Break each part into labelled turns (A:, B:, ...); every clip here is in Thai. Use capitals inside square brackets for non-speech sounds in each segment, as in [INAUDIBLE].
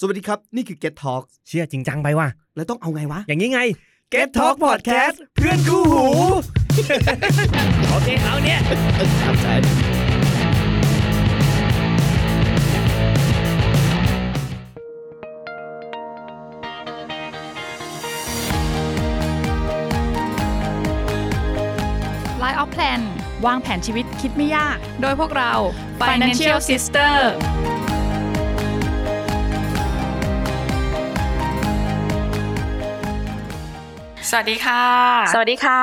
A: สวัสดีครับ นี่คือ Get Talk
B: เชื่อจริงจังไปว่ะ
A: แล้วต้องเอาไงวะ
B: อย่างนี้ไง
A: Get Talk Podcast เพื่อนคู่หู
B: โอเคเอาเนี่ย
C: Line of Plan วางแผนชีวิตคิดไม่ยาก โดยพวกเรา Financial Sister
D: สวัสดีค่ะ
C: สวัสดีค่ะ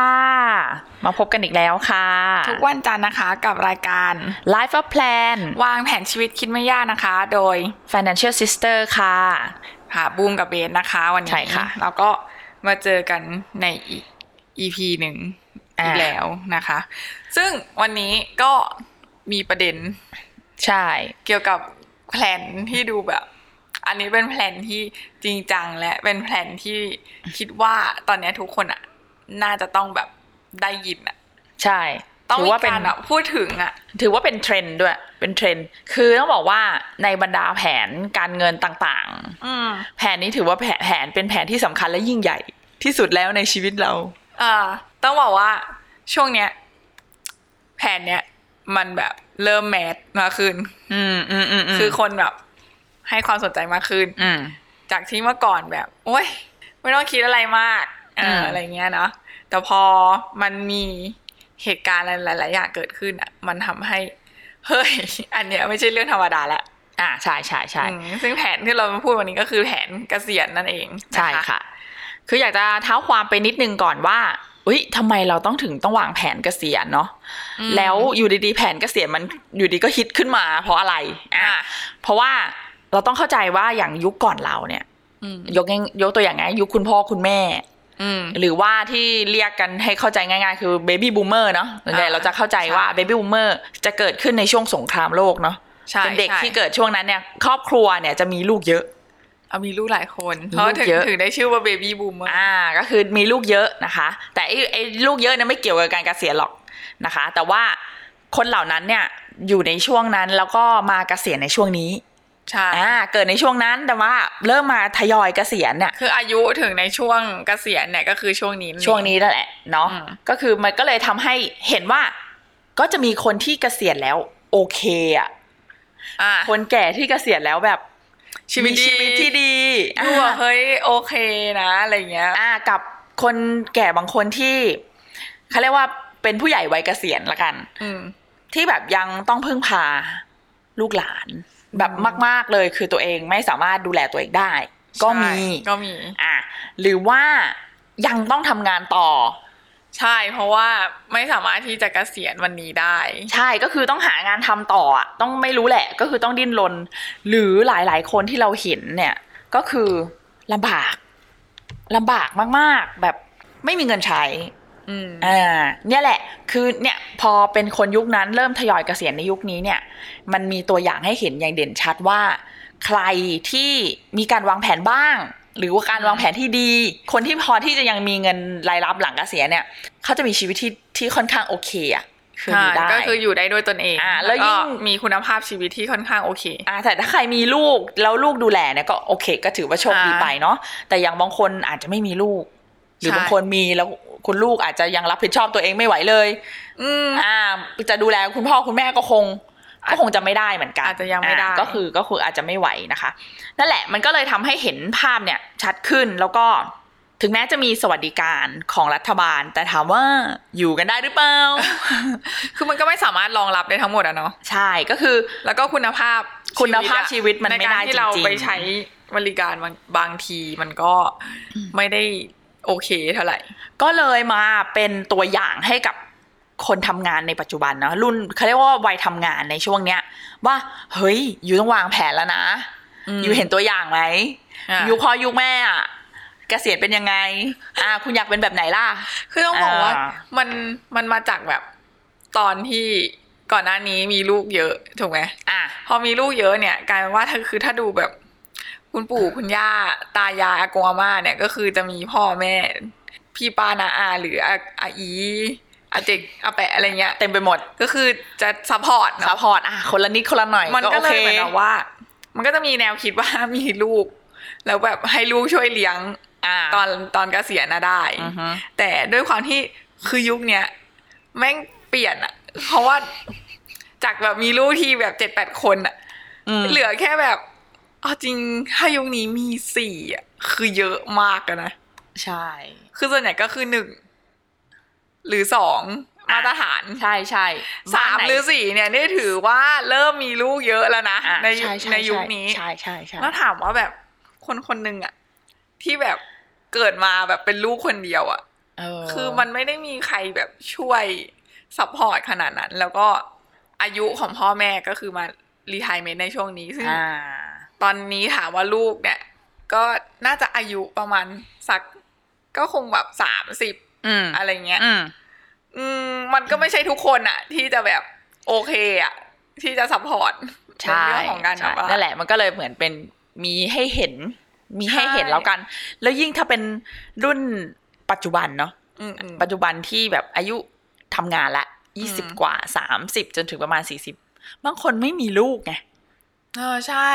C: มาพบกันอีกแล้วค่ะ
D: ทุกวันจันทร์นะคะกับรายการ
C: Life of Plan
D: วางแผนชีวิตคิดไม่ยากนะคะ โดย
C: Financial Sister ค่ะ
D: ค่ะบูมกับเบสนะคะ วันนี้
C: ใช่ค่ะ
D: แล้วก็มาเจอกันในอีก EP หนึ่ง
C: อ่า
D: อีกแล้วนะคะ ซึ่งวันนี้ก็มีประเด็น
C: ใช่
D: เกี่ยวกับแผนที่ดูแบบ อันนี้เป็นแผนที่จริงจังและเป็นแผนที่คิดว่าตอนเนี้ยทุกคนอ่ะ น่าจะต้องแบบได้ยินอ่ะ
C: ใช่
D: ต้อง
C: ถื
D: มี
C: ว่าเป็น
D: การแบบพูดถึงอ่ะ
C: ถือว่าเป็นเทรนด์ด้วย เป็นเทรนด์ คือต้องบอกว่าในบรรดาแผนการเงินต่าง
D: อืม
C: ๆ แผนนี้ถือว่าแผนแผนเป็นแผนที่สำคัญและยิ่งใหญ่ ที่สุดแล้วในชีวิตเรา
D: เอ่อต้องบอกว่าช่วงเนี้ย แผนเนี้ยมันแบบเริ่มแมสมากขึ้น
C: อืมอืมอืมม
D: คือคนแบบ ให้ความสนใจมากขึ้น
C: อืม
D: จากที่เมื่อก่อนแบบ โอ้ยไม่ต้องคิดอะไรมากเออ
C: ม
D: ออะไรเงี้ยเนาะแต่พอมันมีเหตุการณ์อะไรหลาย ๆ อย่างเกิดขึ้นอ่ะ มันทำให้ เฮ้ย [LAUGHS] อันเนี้ยไม่ใช่เรื่องธรรมดาละ
C: อ่าใช่ใช่ใช่
D: อืมซึ่งแผนที่เรามาพูดวันนี้ก็คือแผนเกษียณนั่นเองน
C: ใช่ค่ะ คืออยากจะเท้าความไปนิดนึงก่อนว่าเฮ้ยทำไมเราต้องถึงต้องวางแผนเกษียณเนาะ
D: อืม
C: แล้วอยู่ดีๆ แผนเกษียณมันอยู่ดีก็ฮิตขึ้นมา เพราะอะไร อ่ะ
D: อ่ะ
C: เพราะว่าเราต้องเข้าใจว่าอย่างยุคก่อนเราเนี่ย
D: อืม
C: ยกง่ายยกตัวอย่างง่ายยุคคุณพ่อคุณแม่
D: อืม
C: หรือว่าที่เรียกกันให้เข้าใจง่ายๆ คือเบบี้บูมเมอร์เนาะส่วนใหญ่
D: อ่า
C: เราจะเข้าใจว่า
D: ใช่
C: เบบี้บูมเมอร์จะเกิดขึ้นในช่วงสงครามโลกเนาะ
D: ใช่
C: เป็นเด็ก
D: ใช่
C: ที่เกิดช่วงนั้นเนี่ยครอบครัวเนี่ยจะมีลูกเยอะ
D: เอามีลูกหลายคน
C: มี
D: เพราะ
C: ลูก
D: ถึง
C: เยอะ
D: ถึงได้ชื่อว่าเบบี้บูมเมอร์
C: อ่าก็คือมีลูกเยอะนะคะ แต่ไอ้ไอ้ลูกเยอะเนี่ยไม่เกี่ยวกับการเกษียณหรอกนะคะ แต่ว่าคนเหล่านั้นเนี่ยอยู่ในช่วงนั้นแล้วก็มาเกษียณในช่วงนี้
D: ใช่
C: อ่าเกิดในช่วงนั้นแต่ว่าเริ่มมาทยอยเกษียณเนี่ย
D: คืออายุถึงในช่วงเกษียณเนี่ยก็คือช่วงนี้
C: ช่วงนี้นั่นแหละเนาะ
D: อืม
C: ก็คือมันก็เลยทำให้เห็นว่าก็จะมีคนที่เกษียณแล้วโอเคอ่ะ
D: อ่ะ
C: คนแก่ที่เกษียณแล้วแบบ
D: ชีวิต
C: มี
D: ดี
C: ชีวิตที่ดี
D: ดูว่า
C: อ่า
D: เฮ้ยโอเคนะอะไรเงี้ย
C: อ่ากับคนแก่บางคนที่เขาเรียกว่าเป็นผู้ใหญ่วัยเกษียณละกัน
D: อืม
C: ที่แบบยังต้องพึ่งพาลูกหลาน แบบ
D: อืม
C: มาก ๆเลยคือตัวเองไม่สามารถดูแลตัวเองได้ ก็มี
D: ใช่ก็มี
C: อ่ะหรือว่ายังต้องทำงานต่อ
D: ใช่เพราะว่าไม่สามารถที่จะเกษียณวันนี้ได้
C: ใช่ก็คือต้องหางานทำต่ออ่ะต้องไม่รู้แหละ ก็คือต้องดิ้นรนหรือหลายๆ คนที่เราเห็นเนี่ย ก็คือลำบากลำบากมากๆ แบบไม่มีเงินใช้
D: อืม
C: อ่าเนี่ยแหละคือเนี่ยพอเป็นคนยุคนั้นเริ่มทยอยเกษียณในยุคนี้เนี่ย มันมีตัวอย่างให้เห็นอย่างเด่นชัดว่า ใครที่มีการวางแผนบ้าง หรือว่าการวางแผนที่ดี คนที่พอที่จะยังมีเงินรายรับหลังเกษียณเนี่ยเขาจะมีชีวิตที่ที่ค่อนข้างโอเคอ่ะคืออยู่ได้
D: ใช่ก็คืออยู่ได้ด้วยตนเอง
C: อ่ะแล้วยิ่ง
D: ก็มีคุณภาพชีวิตที่ค่อนข้างโอเค
C: อ่าแต่ถ้าใครมีลูกแล้วลูกดูแลเนี่ยก็โอเค ก็ถือว่าโชคดีไปเนาะแต่อย่างบางคนอาจจะไม่มีลูก หรือ
D: ใช่
C: บางคนมีแล้วคุณลูกอาจจะยังรับผิดชอบตัวเองไม่ไหวเลย
D: อืม
C: อ่าจะดูแลคุณพ่อคุณแม่ก็คงก็คงจะไม่ได้เหมือนกัน
D: อาจจะยังไม่ได้
C: อ่าก็คือก็คืออาจจะไม่ไหวนะคะ นั่นแหละมันก็เลยทำให้เห็นภาพเนี่ยชัดขึ้นแล้วก็ถึงแม้จะมีสวัสดิการของรัฐบาล แต่ถามว่าอยู่กันได้หรือเปล่า
D: คือมันก็ไม่สามารถรองรับได้ทั้งหมดอะเนาะ
C: ใช่ก็คือ
D: แล้วก็คุณภาพ
C: คุณภาพชีวิตมัน
D: ใน
C: ไม่
D: การ
C: ได้
D: ที่เรา
C: จริงๆ
D: ไปใช้บริการบางบางทีมันก็ไม่ได้โอเคเท่าไหร่
C: ก็เลยมาเป็นตัวอย่างให้กับคนทำงานในปัจจุบันเนาะรุ่นเขาเรียกว่าวัยทำงานในช่วงเนี้ย ว่าเฮ้ยอยู่ต้องวางแผนแล้วนะ
D: อืม
C: อยู่เห็นตัวอย่างไหม
D: อ่ะ
C: ยุคพ่อยุคแม่อะเกษียณเป็นยังไง อ่า คุณอยากเป็นแบบไหนล่ะ
D: คือต้องบอกว่า
C: อ่า
D: มันมันมาจากแบบตอนที่ก่อนหน้านี้มีลูกเยอะถูกไหม
C: อ่ะ
D: พอมีลูกเยอะเนี่ยกลายเป็นว่าถ้าคือถ้าดูแบบ คุณปู่คุณย่าตายายอากงอาม่าเนี่ยก็คือจะมีพ่อแม่ พี่ป้านาอาหรืออาอาอีอาเจกอาแปะอะไรเงี้ย
C: เต็มไปหมด
D: ก็คือจะซัพพอร์ตเนาะ
C: ซัพพอร์ตอ่ะคนละนิดคนละหน่อย
D: มันก็
C: โอ
D: เล
C: ค
D: ยเหมือนกับว่า มันก็จะมีแนวคิดว่า มีลูก แล้วแบบให้ลูกช่วยเลี้ยง
C: อ่า
D: ตอนตอนเกษียณนะได้
C: อือฮึ
D: แต่ด้วยความที่คือยุคเนี้ยแม่งเปลี่ยนอะเพราะว่าจากแบบมีลูกทีแบบเจ็ดแปดคนอะ
C: ม
D: เหลือแค่แบบเอาจริงถ้ายุคนี้มีสี่อะคือเยอะมากอะนะ
C: ใช่
D: คือส่วนใหญ่ก็คือหนึ่งหรือสองมาตรฐาน
C: ใช่ใช่
D: สาม
C: บ้นไห
D: รือสี่เนี่ยนี่ถือว่าเริ่มมีลูกเยอะแล้วนะ
C: อ่ะ
D: ใน
C: ช่ช่
D: ในยุคนี้
C: ใช่ใช่ใช่
D: แล้วถามว่าแบบคนคนหนึ่งอะที่แบบเกิดมาแบบเป็นลูกคนเดียวอะ
C: เ
D: คือมันไม่ได้มีใครแบบช่วยซัพพอร์ตขนาดนั้น แล้วก็อายุของพ่อแม่ก็คือมารีไทเมนในช่วงนี้ซึ่ง
C: อ่า
D: ตอนนี้ถามว่าลูกเนี่ย ก็น่าจะอายุประมาณสักก็คงแบบสามสิบ
C: อืม
D: อะไรเงี้ย
C: อืม
D: อืมมันก็ไม่ใช่ทุกคนอะที่จะแบบโอเคอะที่จะซัพพอร์ตใน
C: ใช่
D: เรื่องของการแบ
C: ใช่
D: บว่า
C: นั่นแหละมันก็เลยเหมือนเป็นมีให้เห็น มีให้เห็น
D: ใช่
C: แล้วกัน แล้วยิ่งถ้าเป็นรุ่นปัจจุบันเนาะ
D: อืมอืม
C: ปัจจุบันที่แบบอายุทำงานละยี่สิบ
D: อืม
C: กว่าสามสิบจนถึงประมาณสี่สิบบางคนไม่มีลูกไง
D: เออใช่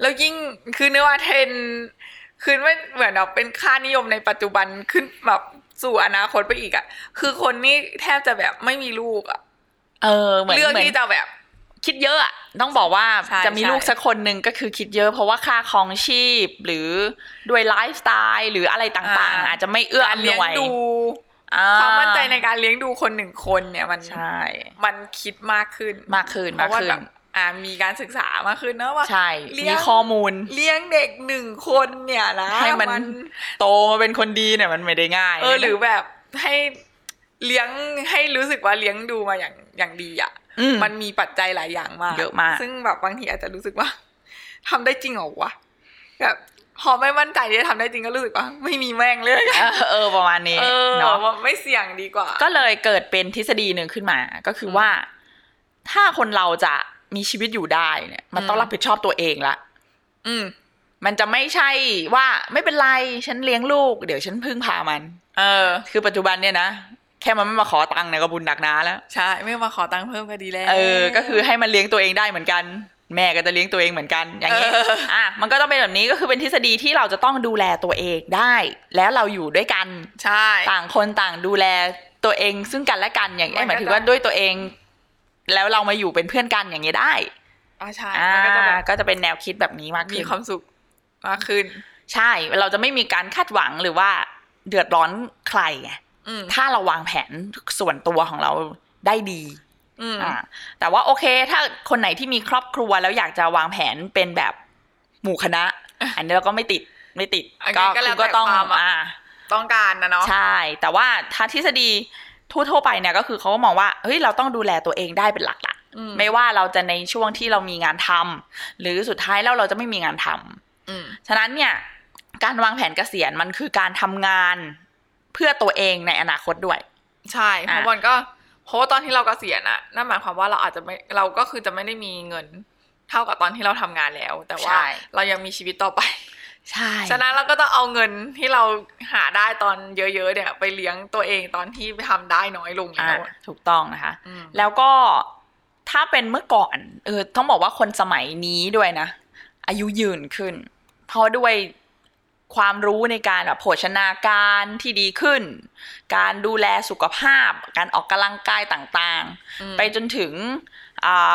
D: แล้วยิ่งคือเนื้อว่าเทรนคือไม่เหมือนแบบเป็นค่านิยมในปัจจุบันขึ้นแบบสู่อนาคตไปอีกอะ่ะ คือคนนี่แทบจะแบบไม่มีลูกอะ
C: เออเหมือน
D: เลือก
C: เหมือน
D: ที่จะแบบ
C: คิดเยอะอะต้องบอกว่า
D: ใช่
C: จะมี
D: ใช่
C: ลูกสักคนหนึ่งก็คือคิดเยอะ เพราะว่าค่าครองชีพหรือด้วยไลฟ์สไตล์หรืออะไรต่างๆ อาจจะไม่เอื้อ
D: การ
C: อำน
D: เลี้ยง
C: วย
D: ดู
C: อ่
D: ความมั่นใจในการเลี้ยงดูคนหนึ่งคนเนี่ยมัน
C: ใช่
D: มันคิดมากขึ้น
C: มากขึ้น
D: เพ
C: มาก
D: ราะว่า
C: ขึ้น
D: แบบอ่ามีการศึกษามากขึ้นเนอะว่า
C: ใช่
D: เลี้ยง
C: มีข้อมูล
D: เลี้ยงเด็กหนึ่งคนเนี่ยนะ
C: ให้มัน โตมาเป็นคนดีเนี่ยมันไม่ได้ง่าย
D: เออหรือแบบให้เลี้ยงให้รู้สึกว่าเลี้ยงดูมาอย่างอย่างดีอ่ะ
C: ม
D: มันมีปัจจัยหลายอย่างมาก
C: เยอะมาก
D: ซึ่งแบบบางทีอาจจะรู้สึกว่า ทำได้จริงเหรอวะแบบพอไม่มั่นใจที่จะทำได้จริงก็รู้สึกว่า ไม่มีแม่งเลย
C: เออเออประมาณนี้
D: เออ
C: เนาะ
D: ว่าไม่เสี่ยงดีกว่า
C: ก็เลยเกิดเป็นทฤษฎีหนึ่งขึ้นมาก็คือว่า ถ้าคนเราจะมีชีวิตอยู่ได้เนี่ย มันต้อง
D: อืม
C: รับผิดชอบตัวเองละ
D: อืม
C: มันจะไม่ใช่ว่าไม่เป็นไร ฉันเลี้ยงลูก เดี๋ยวฉันพึ่งพามัน
D: เออ
C: คือปัจจุบันเนี่ยนะแค่มันไม่มาขอตังค์เนี่ยก็บุญหนักหนาแล้ว
D: ใช่ ไม่มาขอตังค์เพิ่มก็ดีแล้ว
C: เออ ก็คือให้มันเลี้ยงตัวเองได้เหมือนกัน แม่ก็จะเลี้ยงตัวเองเหมือนกันอย่างนี้อ่ะมันก็ต้องเป็นแบบนี้ก็คือเป็นทฤษฎีที่เราจะต้องดูแลตัวเองได้ แล้วเราอยู่ด้วยกัน
D: ใช่
C: ต่างคนต่างดูแลตัวเองซึ่งกันและกันอย่าง
D: มั
C: เอ้ย
D: นก็
C: หมายถึง
D: จะ
C: ว่าด้วยตัวเอง แล้วเรามาอยู่เป็นเพื่อนกันอย่างนี้ยได้
D: อ่าใช่
C: อ่า
D: มันก็จะแบบ
C: ก็จะเป็นแนวคิดแบบนี้มาก
D: มี
C: ขึ้น
D: ความสุขมากขึ้น
C: ใช่เราจะไม่มีการคาดหวังหรือว่าเดือดร้อนใครไง
D: อืม
C: ถ้าเราวางแผนส่วนตัวของเราได้ดี
D: อืม
C: อ่าแต่ว่าโอเค ถ้าคนไหนที่มีครอบครัวแล้วอยากจะวางแผนเป็นแบบหมู่คณะ อันนี้เราก็ไม่ติดไม่ติด
D: อันนี้ก็แล้ว
C: ก็
D: แต่
C: ต้อง
D: ความ
C: อ่า
D: ต้องการนะเนาะ
C: ใช่ แต่ว่าถ้าทฤษฎีทั่วๆไปเนี่ยก็คือเขาก็มองว่า เฮ้ย เราต้องดูแลตัวเองได้เป็นหลักละ
D: อืม
C: ไม่ว่าเราจะในช่วงที่เรามีงานทำหรือสุดท้ายแล้วเราจะไม่มีงานทำ
D: อืม
C: ฉะนั้นเนี่ย การวางแผนเกษียณมันคือการทำงานเพื่อตัวเองในอนาคตด้วย
D: ใช่เพราะ
C: อ่ะ
D: มันก็เพราะว่าตอนที่เรากเกษียณอะนั่นหมายความว่าเราอาจจะไม่เราก็คือจะไม่ได้มีเงิน เท่ากับตอนที่เราทำงานแล้ว แต่ว่าเรายังมีชีวิตต่อไป
C: ใช่
D: ฉะนั้นเราก็ต้องเอาเงินที่เราหาได้ตอนเยอะๆเนี่ย ไปเลี้ยงตัวเองตอนที่ทำได้น้อยลงแล้
C: อ่าว
D: อะ
C: ถูกต้องนะคะ
D: อืม
C: แล้วก็ถ้าเป็นเมื่อก่อนเออต้องบอกว่าคนสมัยนี้ด้วยนะ อายุยืนขึ้น เพราะด้วยความรู้ในการแบบโภชนาการที่ดีขึ้น การดูแลสุขภาพ การออกกำลังกายต่าง
D: อืม
C: ๆ ไปจนถึงอ่า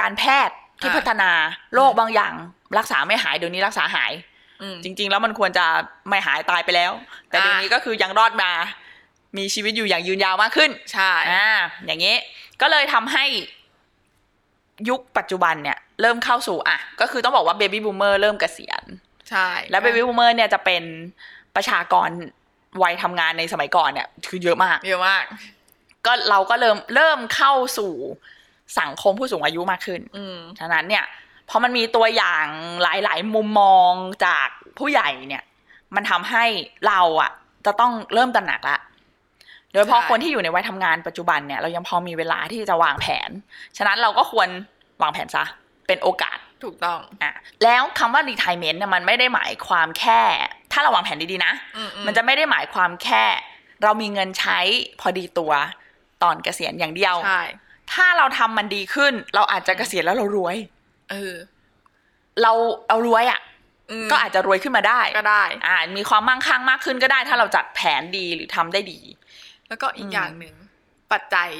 C: การแพทย์ที่
D: อ่า
C: พัฒนาโรคบางอย่าง รักษาไม่หายเดี๋ยวนี้รักษาหาย
D: อืม
C: จริง ๆ แล้วมันควรจะไม่หายตายไปแล้ว แต่เดี๋ยว
D: อ่านี้
C: นี้ก็คือยังรอดมา มีชีวิตอยู่อย่างยืนยาวมากขึ้น
D: ใช่
C: อ่าอย่างนี้ก็เลยทำให้ยุคปัจจุบันเนี่ย เริ่มเข้าสู่อ่ะ ก็คือต้องบอกว่าเบบี้บูมเมอร์เริ่มเกษียณ
D: ใช่
C: แล้วเบบี้บูมเมอร์เนี่ยจะเป็นประชากรวัยทำงานในสมัยก่อนเนี่ย คือเยอะมาก
D: เยอะมาก
C: ก็เราก็เริ่มเริ่มเข้าสู่สังคมผู้สูงอายุมากขึ้น
D: อืม
C: ฉะนั้นเนี่ยพอมันมีตัวอย่างหลาย ๆ มุมมองจากผู้ใหญ่เนี่ย มันทำให้เราอะจะต้องเริ่มตระหนักละ โดยเฉพาะ
D: ใช่
C: คนที่อยู่ในวัยทำงานปัจจุบันเนี่ยเรายังพอมีเวลาที่จะวางแผน ฉะนั้นเราก็ควรวางแผนซะ เป็นโอกาส
D: ถูกต้อง
C: อ่ะแล้วคำว่า retirement เนี่ยมันไม่ได้หมายความแค่ ถ้าเราวางแผนดี ๆ นะ
D: อืๆ
C: มันจะไม่ได้หมายความแค่ เรามีเงินใช้พอดีตัวตอนเกษียณอย่างเดียว
D: ใช่
C: ถ้าเราทำมันดีขึ้น เราอาจจะเกษียณแล้วเรารวย
D: เออ
C: เราเอารวยอะ่ะ
D: ม
C: ก็อาจจะรวยขึ้นมาได้
D: ก็ได้
C: อ่ามีความมั่งคั่งมากขึ้นก็ได้ ถ้าเราจัดแผนดีหรือทำได้ดี
D: แล้วก็
C: อื
D: อีก
C: ม
D: อย่างหนึ่งปัจจัย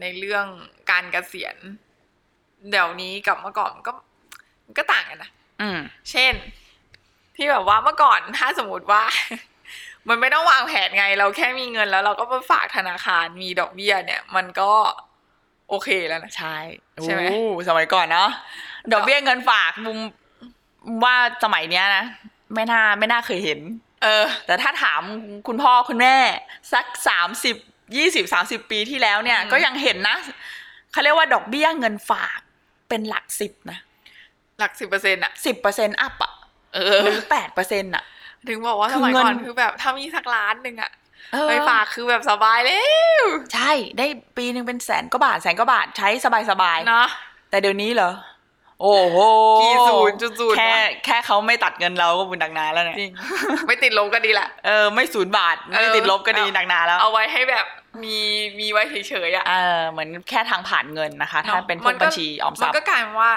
D: ในเรื่องการเกษียณ เดี๋ยวนี้กับเมื่อก่อนก็มันก็ต่างกันนะ
C: อืม
D: เช่น ที่แบบว่าเมื่อก่อนถ้าสมมติว่า [LAUGHS] มันไม่ต้องวางแผนไง เราแค่มีเงินแล้วเราก็ไปฝากธนาคารมีดอกเบี้ยเนี่ย มันก็โอเคแล้วนะ
C: ใช่
D: ใช่ไหม
C: โอ้สมัยก่อนเนาะดอกเบี้ยเงินฝากมุมว่าสมัยเนี้ยนะไม่น่าไม่น่าเคยเห็น
D: เออ
C: แต่ถ้าถามคุณพ่อคุณแม่ สักสามสิบยี่สิบสามสิบปีที่แล้วเนี่ย
D: อืม
C: ก็ยังเห็นนะเขาเรียกว่าดอกเบี้ยเงินฝากเป็นหลักสิบนะ
D: หลักสิบเปอร์เซ็นต์อะ
C: สิบเปอร์เซ็นต์อัพอะ
D: เอ
C: [LAUGHS] หรือแปดเปอร์เซ็นต์อะ
D: ถึงบอกว่า
C: คื
D: ส
C: อ
D: มัยก่อน
C: เงิน
D: คือแบบถ้ามีสักล้านหนึ่งอะ
C: เออ
D: ไปฝากคือแบบสบายเลย
C: ใช่ได้ปีหนึ่งเป็นแสนกว่าบาทแสนกว่าบาทใช้สบายสบายๆ
D: เนาะ
C: แต่เดี๋ยวนี้เหรอ โอ้โห
D: กี่ศูนย์จุดศูนย์วะ
C: แค่แค่เขาไม่ตัดเงินเราก็บุญดักหนาแล้วเนี่ย
D: จริง ไม่ติดลบก็ดีแหละ
C: เออไม่ศูนย์บาท ไม่
D: เออ
C: ติดลบก็ดีดักหนาแล้ว
D: เอาไว้ให้แบบมีมีไว้เฉยๆอะ
C: เออเหมือนแค่ทางผ่านเงินนะคะ ถ้าเป็นพว
D: มั
C: ก
D: ก็
C: บัญชีออมทรัพ
D: มันก็
C: ย์
D: กลายเป็นว่า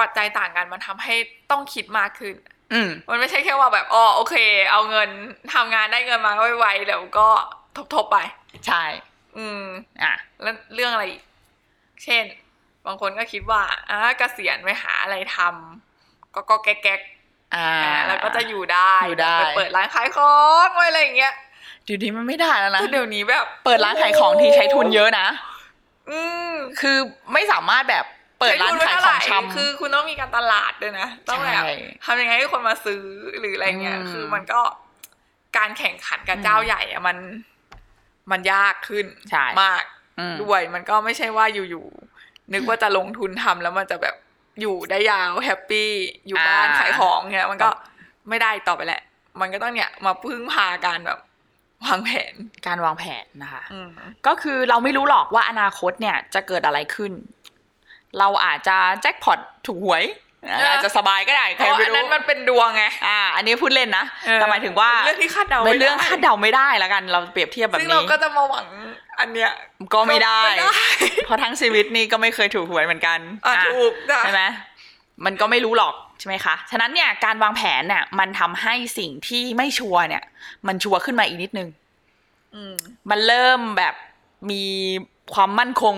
D: ปัจจัยต่างกันมันทำให้ต้องคิดมากขึ้น
C: อืม
D: มันไม่ใช่แค่ว่าแบบอ๋อโอเค เอาเงินทำงานได้เงินมาก็ไวๆแล้วก็ทบๆไป
C: ใช่
D: อืม
C: อ่ะ
D: แล้วเรื่องอะไรอีกเช่น บางคนก็คิดว่าอ่ะเกษียณไปหาอะไรทำก็ก็แก๊ก
C: อ่า
D: ๆอ่าแล้วก็จะอยู่ได้
C: อยู่ได้
D: ไปเปิดร้านขายของไว้อะไรอย่างเงี้ย
C: เดี๋ยวนี้มันไม่ได้แล้วนะ
D: แต่เดี๋ยวนี้แบบ
C: เปิดร้านขายของที่ใช้ทุนเยอะนะ
D: อืม
C: คือไม่สามารถแบบเปิดร้านขายของชำ
D: คือคุณต้องมีการตลาดด้วยนะ ต้องแบบ
C: ใช่
D: ทำยังไงให้คนมาซื้อหรืออะไรเงี้ย
C: อืม
D: คือมันก็การแข่งขันกับ
C: อืม
D: เจ้าใหญ่อะมันมันยากขึ้น
C: ใช่
D: มาก
C: อืม
D: ด้วย มันก็ไม่ใช่ว่าอยู่ๆนึกว่าจะลงทุนทำแล้วมันจะแบบอยู่ได้ยาวแฮปปี้อยู่บ้านขายของเงี้ยมันก็ไม่ได้ต่อไปแหละ มันก็ต้องเนี่ยมาพึ่งพาการแบบวางแผน
C: การวางแผนนะคะ
D: อืม
C: ก็คือเราไม่รู้หรอกว่าอนาคตเนี่ยจะเกิดอะไรขึ้น เราอาจจะแจ็คพอตถูกหวย
D: เอออ
C: อาจจะสบายก็
D: [LAUGHS]
C: ได้
D: เพ
C: ใคร
D: ราะ
C: ไม่
D: อัน
C: รู้
D: นั้นมันเป็นดวงไง
C: อ่า อันนี้พูดเล่นนะ
D: เออ
C: แต่หมายถึงว่า
D: เป็นเรื่องที่คาดเดา
C: เป็
D: ไม่
C: นเรื่อง
D: ได้
C: คาดเดาไม่ได้ละกัน เราเปรียบเทียบแบบ
D: ซึ่งเรา
C: นี้
D: ก็จะมาหวังอันเนี้ย
C: ก็ไม่ได้
D: ไม่ได้
C: เพราะทั้งชีวิตนี่ก็ไม่เคยถูกหวยเหมือนกัน
D: อ่ะ
C: อ่ะ
D: ถูกจ้ะ
C: ใช่ไหมมันก็ไม่รู้หรอกใช่ไหมคะ ฉะนั้นเนี่ยการวางแผนเนี่ยมันทำให้สิ่งที่ไม่ชัวร์เนี่ย มันชัวร์ขึ้นมาอีกนิดนึง
D: อืม
C: มันเริ่มแบบมีความมั่นคง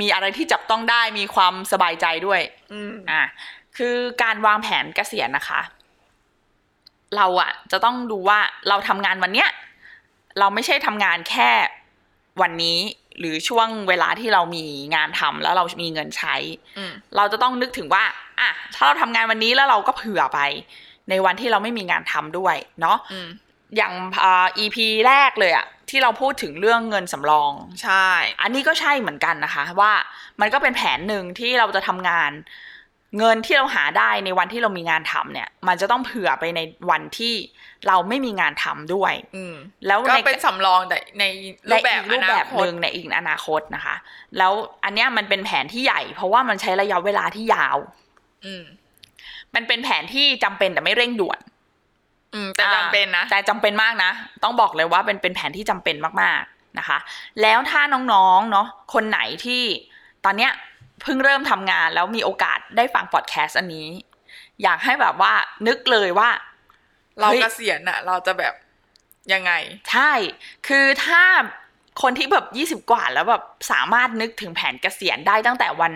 C: มีอะไรที่จับต้องได้มีความสบายใจด้วย
D: อืม
C: อ่ะคือการวางแผนเกษียณนะคะ เราอ่ะ จะต้องดูว่าเราทำงานวันเนี้ยเราไม่ใช่ทำงานแค่วันนี้ หรือช่วงเวลาที่เรามีงานทำแล้วเรามีเงินใช้
D: อืม
C: เราจะต้องนึกถึงว่า อ่ะ ถ้าเราทำงานวันนี้แล้วเราก็เผื่อไป ในวันที่เราไม่มีงานทำด้วย เนาะ
D: อืม
C: อย่างอ่า EP แรกเลยอะที่เราพูดถึงเรื่องเงินสำรอง
D: ใช่
C: อันนี้ก็ใช่เหมือนกันนะคะ ว่ามันก็เป็นแผนหนึ่งที่เราจะทำงาน เงินที่เราหาได้ในวันที่เรามีงานทำเนี่ย มันจะต้องเผื่อไปในวันที่เราไม่มีงานทำด้วย
D: อืม
C: แล้ว
D: ก็
C: ใน
D: เป็นสำรองแต่ในรู
C: และ
D: ปแบ
C: อี
D: บ
C: กรูปแบบ
D: อนาค
C: ห
D: ต
C: นึ่งในอีกอนาคตนะคะ แล้วอันเนี้ยมันเป็นแผนที่ใหญ่ เพราะว่ามันใช้ระยะเวลาที่ยาว
D: อืม
C: มันเป็นแผนที่จำเป็นแต่ไม่เร่งด่วน
D: อืม แต่
C: อ่า
D: จำเป็นนะ
C: แต่จำเป็นมากนะ ต้องบอกเลยว่าเป็นเป็นแผนที่จำเป็นมากๆนะคะ แล้วถ้าน้องๆเนาะคนไหนที่ตอนเนี้ยเพิ่งเริ่มทำงานแล้วมีโอกาสได้ฟังพอดแคสต์อันนี้ อยากให้แบบว่านึกเลยว่า
D: เรา
C: เฮ้ย
D: เกษียณน่ะ เราจะแบบยังไง
C: ใช่ คือถ้าคนที่แบบ 20 กว่าแล้วแบบสามารถนึกถึงแผนเกษียณได้ตั้งแต่วัน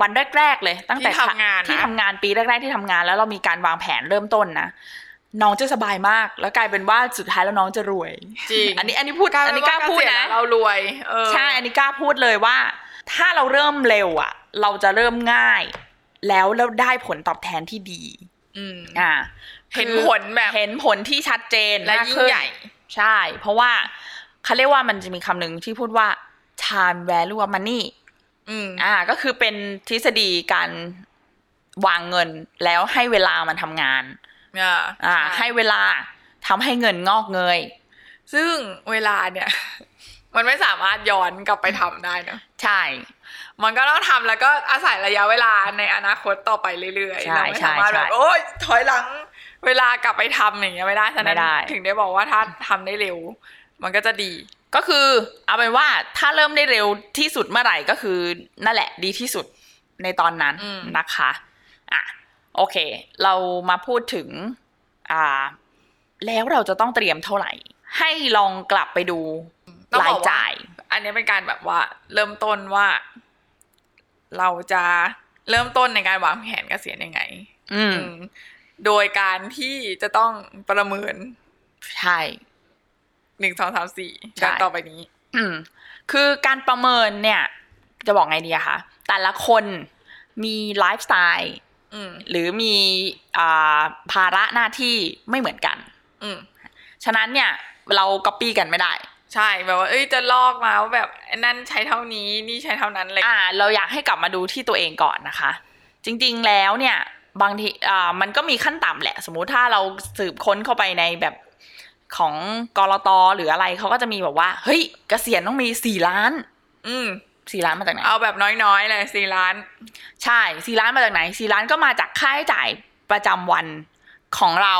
C: วันแรก ๆ เลย ตั้งแต่
D: ที่ทำงานนะ
C: ที่ทำงานปีแรก ๆ ที่ทำงานแล้วเรามีการวางแผนเริ่มต้นนะ น้องจะสบายมาก แล้วกลายเป็นว่าสุดท้ายแล้วน้องจะรวย
D: จริง
C: อันนี้อันนี้พูด
D: ร
C: อันนี้กล้า
D: เป็ว่
C: พูด
D: เษียณ
C: นะ
D: แล้วเรารวย เออ
C: ใช่อันนี้กล้าพูดเลยว่า ถ้าเราเริ่มเร็วอ่ะ เราจะเริ่มง่าย แล้วแล้วได้ผลตอบแทนที่ดี
D: อืม
C: อ่า
D: เห็น
C: คือ
D: ผลแบบ
C: เห็นผลที่ชัดเจน
D: และ
C: มาก
D: ยิ่ง
C: ขึ้น
D: ใหญ่
C: ใช่ เพราะว่าเขาเรียกว่ามันจะมีคำหนึ่งที่พูดว่า time value of money
D: อืม
C: อ่า ก็คือเป็นทฤษฎีการวางเงินแล้วให้เวลามันทำงาน
D: อ่า
C: อ่า
D: ช่
C: ให้เวลาทำให้เงินงอกเงย
D: ซึ่งเวลาเนี่ย [LAUGHS] มันไม่สามารถย้อนกลับไปทำได้นะ
C: ใช่
D: มันก็ต้องทำแล้วก็อาศัยระยะเวลาในอนาคตต่อไปเรื่อย
C: ใช่
D: ๆเราไม่สามารถ
C: ใช่
D: แบบโอ๊ยถอยหลังเวลากลับไปทำอย่างเงี้ยไม่ได้ฉะนั้
C: ไม่
D: น
C: ได้
D: ถึงได้บอกว่าถ้าทำได้เร็ว มันก็จะดี
C: ก็คือเอาเป็นว่าถ้าเริ่มได้เร็วที่สุดเมื่อไหร่ก็คือนั่นแหละดีที่สุดในตอนนั้น
D: อืม
C: นะคะอ่ะ โอเค เรามาพูดถึง อ่า แล้วเราจะต้องเตรียมเท่าไหร่ ให้ลองกลับไปดู
D: ต้อง
C: รา
D: บ
C: ย
D: อกว่า
C: จ่าย
D: อันนี้เป็นการแบบว่า เริ่มต้นว่า เราจะเริ่มต้นในการวางแผนเกษียณยังไง
C: อืม
D: อืมโดยการที่จะต้องประเมิน
C: ใช่
D: หนึ่งสองสามสี่
C: ใช่
D: การต่อไปนี้
C: อืมคือการประเมินเนี่ย จะบอกไงดีอะคะแต่ละคนมีไลฟ์สไตล์
D: อืม
C: หรือมีอ่าภาระหน้าที่ไม่เหมือนกัน
D: อืม
C: ฉะนั้นเนี่ย เราก๊อปปี้กันไม่ได้
D: ใช่แบบว่า เอ้ยจะลอกมาว่าแบบอันนั่นใช้เท่านี้นี่ใช้เท่านั้นอะไรอย่าง
C: อ่า
D: เงี้ย
C: เราอยากให้กลับมาดูที่ตัวเองก่อนนะคะ จริงๆแล้วเนี่ยบางทีอ่ามันก็มีขั้นต่ำแหละ สมมุติถ้าเราสืบค้นเข้าไปในแบบของกรตหรืออะไรเขาก็จะมีแบบว่า เฮ้ยเกษียณต้องมีสี่ล้าน
D: อืม
C: สี่ล้านมาจากไหน
D: เอาแบบน้อยๆเลยสี่ล้าน
C: ใช่สี่ล้านมาจากไหนสี่ล้านก็มาจากค่าใช้จ่ายประจำวันของเรา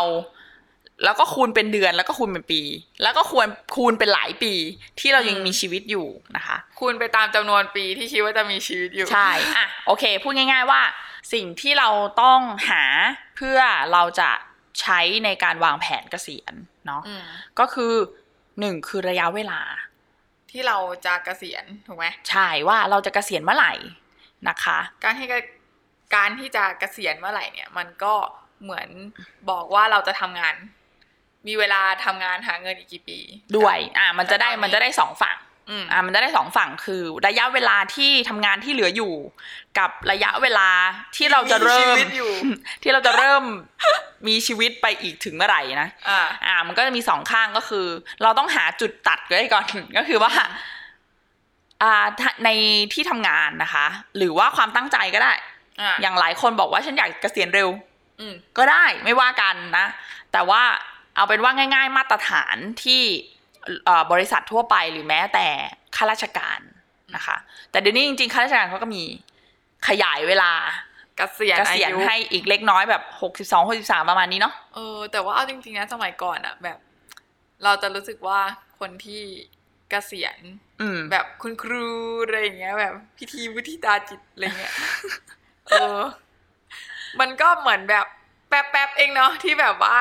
C: แล้วก็คูณเป็นเดือนแล้วก็คูณเป็นปี แล้วก็ควรคูณเป็นหลายปีที่เรายังมีชีวิตอยู่นะคะ
D: คูณไปตามจำนวนปีที่คิดว่าจะมีชีวิตอยู่
C: ใช่ อ่ะ โอเค พูดง่าย ๆว่า สิ่งที่เราต้องหาเพื่อเราจะใช้ในการวางแผนเกษียณเนาะ
D: อืม
C: ก็คือหนึ่งคือระยะเวลา
D: ที่เราจะเกษียณถูกไหม
C: ใช่ว่าเราจะเกษียณเมื่อไหร่นะคะ
D: การให้การการที่จะเกษียณเมื่อไหร่เนี่ย มันก็เหมือนบอกว่าเราจะทำงาน มีเวลาทำงานหาเงินอีกกี่ปี
C: ด้วย อ่ะ มันจะได้
D: แต่ตอนนี้
C: มันจะได้สองฝั่ง
D: อืม
C: อ่ะ มันจะได้สองฝั่งคือ ระยะเวลาที่ทำงานที่เหลืออยู่ กับระยะเวลาที่เราจะเริ่
D: [LAUGHS] ชี
C: ม
D: วิตอยู่
C: ที่เราจะเริ่มมีชีวิตไปอีกถึงเมื่อไหร่นะ
D: อ่า
C: อ่ามันก็จะมีสองข้างก็คือ เราต้องหาจุดตัดไว้ก่อน [LAUGHS] ก็คือว่าอ่าถ้าในที่ทำงานนะคะ หรือว่าความตั้งใจก็ได้
D: อ่า
C: อย่างหลายคนบอกว่าฉันอยากเกษียณเร็ว
D: อืม
C: ก็ได้ไม่ว่ากันนะ แต่ว่าเอาเป็นว่าง่าย ๆ มาตรฐานที่เอ่อบริษัททั่วไปหรือแม้แต่ข้าราชการนะคะ แต่เดี๋ยวนี้จริงๆข้าราชการเขาก็มีขยายเวลา
D: เกษียณ
C: เก
D: อา
C: ษียณ
D: ยุ
C: ให้อีกเล็กน้อยแบบหกสิบสองหกสิบสามประมาณนี้เนาะ
D: เออ แต่ว่าเอาจริงๆนะสมัยก่อนอะแบบ เราจะรู้สึกว่าคนที่เกษียณ
C: อืม
D: แบบคุณครูอะไรอย่างเงี้ย แบบพิธีวุฒิตาจิตอะไรเงี้ย [LAUGHS] เออ มันก็เหมือนแบบแป๊บๆเองเนาะที่แบบว่า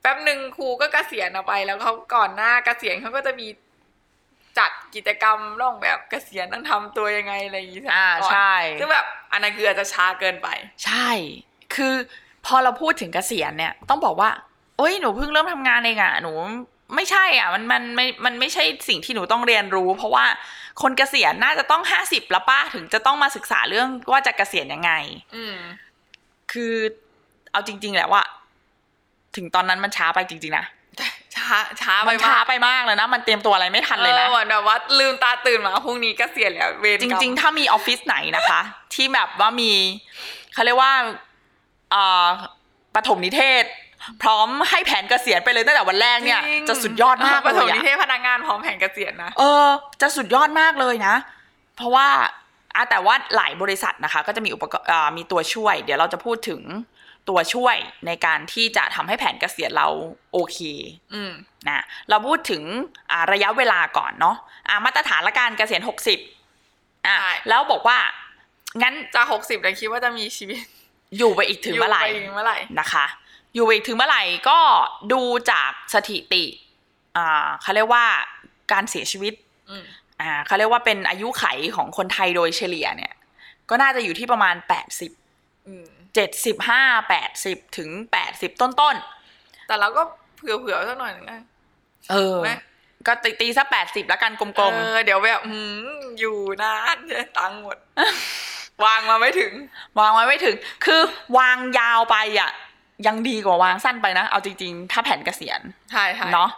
D: แป๊บหนึ่งครูก็เกษียณออกไปแล้วเขาก่อนหน้าเกษียณเขาก็จะมีจัดกิจกรรมร่องแบบเกษียณต้องทำตัวยังไงอะไรอย่างงี้สมัย
C: อ่า
D: ก่น
C: ใช่
D: ซึ่งแบบอันนั้นคืออาจจะช้าเกินไป
C: ใช่ คือพอเราพูดถึงเกษียณเนี่ย ต้องบอกว่า เอ้ย หนูเพิ่งเริ่มทำงานเองอะหนูไม่ใช่อ่ะ มัน มันไม่ มันไม่ใช่สิ่งที่หนูต้องเรียนรู้ เพราะว่าคนเกษียณน่าจะต้องห้าสิบละป้าถึงจะต้องมาศึกษาเรื่องว่าจะเกษียณยังไง
D: อืม
C: คือเอาจริง ๆแหละว่า ถึงตอนนั้นมันช้าไปจริงๆนะ
D: ช้าช้าไป
C: มันช้าม
D: าก
C: ไปมากเลยนะ มันเตรียมตัวอะไรไม่ทันเลยนะ
D: ออเหมือนแบบว่าลืมตาตื่นมาพรุ่งนี้ก็เสียณแล้วเวร
C: จ
D: กม
C: ริง ๆ ถ้ามีออฟฟิศไหนนะคะ ที่แบบว่ามีเขาเรียกว่าเอ่อปฐมนิเทศ พร้อมให้แผนเกษียณไปเลยตั้งแต่วันแรกเนี่ย
D: จริง
C: จะสุดยอดมาก
D: ประ
C: เล
D: ถม
C: ย
D: นิ
C: อะ
D: เทศพนักงานพร้อมแผนเกษียณนะ
C: เออ จะสุดยอดมากเลยนะ เพราะว่าอะแต่ว่าหลายบริษัทนะคะ ก็จะมีอุปกรณ์อ่ามีตัวช่วย เดี๋ยวเราจะพูดถึงตัวช่วยในการที่จะทำให้แผนเกษียณเราโอเค
D: อืม
C: นะเราพูดถึงอ่าระยะเวลาก่อนเนาะอ่ามาตรฐานละการเกษียณหกสิบอ่ะ
D: ใช่
C: แล้วบอกว่างั้น
D: จากหกสิบเลยคิดว่าจะมีชีวิต
C: อยู่ไป [LAUGHS] อีกถึงเมื่อไหร่
D: ยู่ปถึงเมื่อไหร่
C: นะคะ อยู่ไปอีกถึงเมื่อไหร่ก็ดูจากสถิติอ่าเขาเรียกว่าการเสียชีวิต
D: อืม
C: อ่าเขาเรียกว่าเป็นอายุไขของคนไทยโดยเฉลี่ยเนี่ย ก็น่าจะอยู่ที่ประมาณ 80
D: อืม
C: 75 80 ถึง 80 ต้นต้น
D: แต่เราก็เผื่อๆสักหน่อยหนึงนะ
C: ๆเออ
D: ไหม
C: ก็ตีตีซะ80 แล้วกันก
D: เอ
C: ลม
D: อเดี๋ยวแบบอืมอยู่นาน [LAUGHS] เดี๋ยวตังค์หมด วางมาไม่ถึง
C: ๆ วางไว้ไม่ถึง คือวางยาวไปอ่ะ ยังดีกว่าวางสั้นไปนะ เอาจริงๆ ถ้าแผนเกษียณ
D: ใช่ใช่
C: เนาะ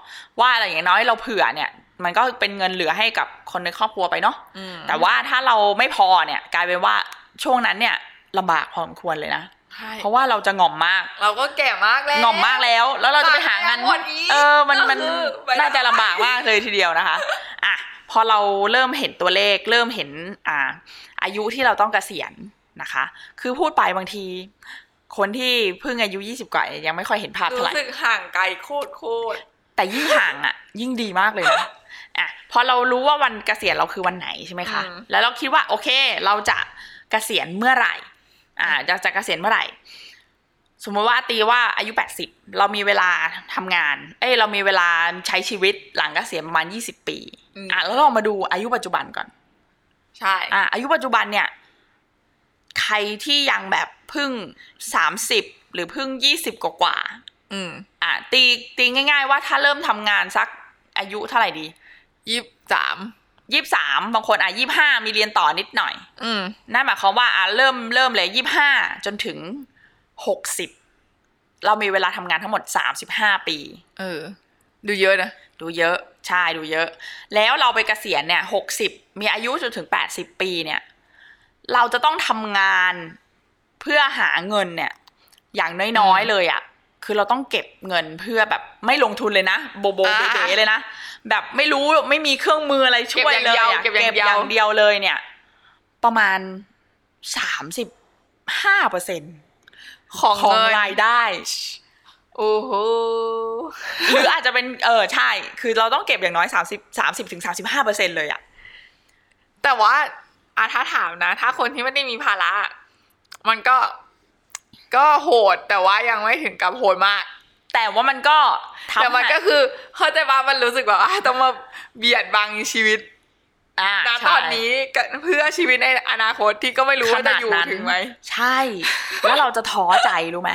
C: ว่าอะไรอย่างน้อยเราเผื่อเนี่ย มันก็เป็นเงินเหลือให้กับคนในครอบครัวไปเนาะ
D: อืม
C: แต่ว่าถ้าเราไม่พอเนี่ย กลายเป็นว่าช่วงนั้นเนี่ยลำบากพอสมควรเลยนะ
D: ใช่
C: เพราะว่าเราจะง่อมมาก
D: เราก็แก่มากแล้ว
C: ง่อมมากแล้ว แล้วเราจะไปหางาน
D: หมดอีก
C: เออมันมัน
D: ก็คือไป
C: น่าจะลำบากมากเลยทีเดียวนะคะอ่ะพอเราเริ่มเห็นตัวเลข เริ่มเห็นอ่า อายุที่เราต้องเกษียณนะคะ คือพูดไปบางที คนที่เพิ่งอายุ 20 กว่ายังไม่ค่อยเห็นภาพเท่าไหร่
D: รู้สึกห่างไกลโคตรโคตร
C: แต่ยิ่งห่างอ่ะ ยิ่งดีมากเลยนะอ่ะพอเรารู้ว่าวันเกษียณเราคือวันไหนใช่ไหมคะ แล้วเราคิดว่าโอเค เราจะเกษียณเมื่อไหร่ อ่าจะจะเกษียณเมื่อไหร่ สมมุติว่าตีว่าอายุ 80 เรามีเวลาทำงาน เอ้ยเรามีเวลาใช้ชีวิตหลังเกษียณประมาณ 20 ปี
D: อืม
C: อ่ะแล้วลองมาดูอายุปัจจุบันก่อน
D: ใช่
C: อ่ะอายุปัจจุบันเนี่ย ใครที่ยังแบบเพึ่ง 30 หรือเพึ่ง 20 กว่ากว่า
D: อืม
C: ๆอ่ะตีตีง่ายๆว่าถ้าเริ่มทำงานสักอายุเท่าไหร่ดี
D: ยี่สิบสาม
C: ยี่สามบางคนอ่ะยี่ห้ามีเรียนต่อนิดหน่อย
D: อืม
C: นั่นหมายความว่าอ่ะเริ่มเริ่มเลยยี่ห้าจนถึงหกสิบเรามีเวลาทำงานทั้งหมดสามสิบห้าปี
D: เออ ดูเยอะนะ
C: ดูเยอะใช่ดูเยอะ แล้วเราไปเกษียณเนี่ยหกสิบมีอายุจนถึงแปดสิบปีเนี่ย เราจะต้องทำงานเพื่อหาเงินเนี่ย อย่างน้อย
D: อื
C: ๆ
D: ม
C: เลยอะ่ะ คือเราต้องเก็บเงินเพื่อแบบไม่ลงทุนเลยนะ โบโบ
D: อ่า
C: เบ๋ๆเลยนะ แบบไม่รู้ไม่มีเครื่องมืออะไรช่วย
D: เก็บอย่า
C: เลย
D: งเดียว
C: อะ
D: เก็บอย่างเดียว
C: อย่างเดียวเลยเนี่ย ประมาณสามสิบห้าเปอร์เซ็น
D: ของ
C: ของ
D: เงิน
C: รายได้
D: โอ้โห
C: หรืออาจจะเป็นเออใช่ คือเราต้องเก็บอย่างน้อยสามสิบสามสิบถึงสามสิบห้าเปอร์เซ็นเลยอ่ะ
D: แต่ว่าอาถ้าถามนะ ถ้าคนที่ไม่ได้มีภาระ มันก็ ก็โหด แต่ว่ายังไม่ถึงกับโหดมาก
C: แต่ว่ามันก็ทำ
D: แต่มัน
C: ให้
D: ก็คือเข้าใจว่ามันรู้สึกแบบว่าต้องมาเบียดบังชีวิต
C: อ่า
D: ณตอนนี้กับเพื่อชีวิตในอนาคตที่ก็ไม่รู้
C: ใช่
D: ว่าจะอยู่ถึงไหม
C: ใช่ แล้วเราจะท้อใจรู้ไหม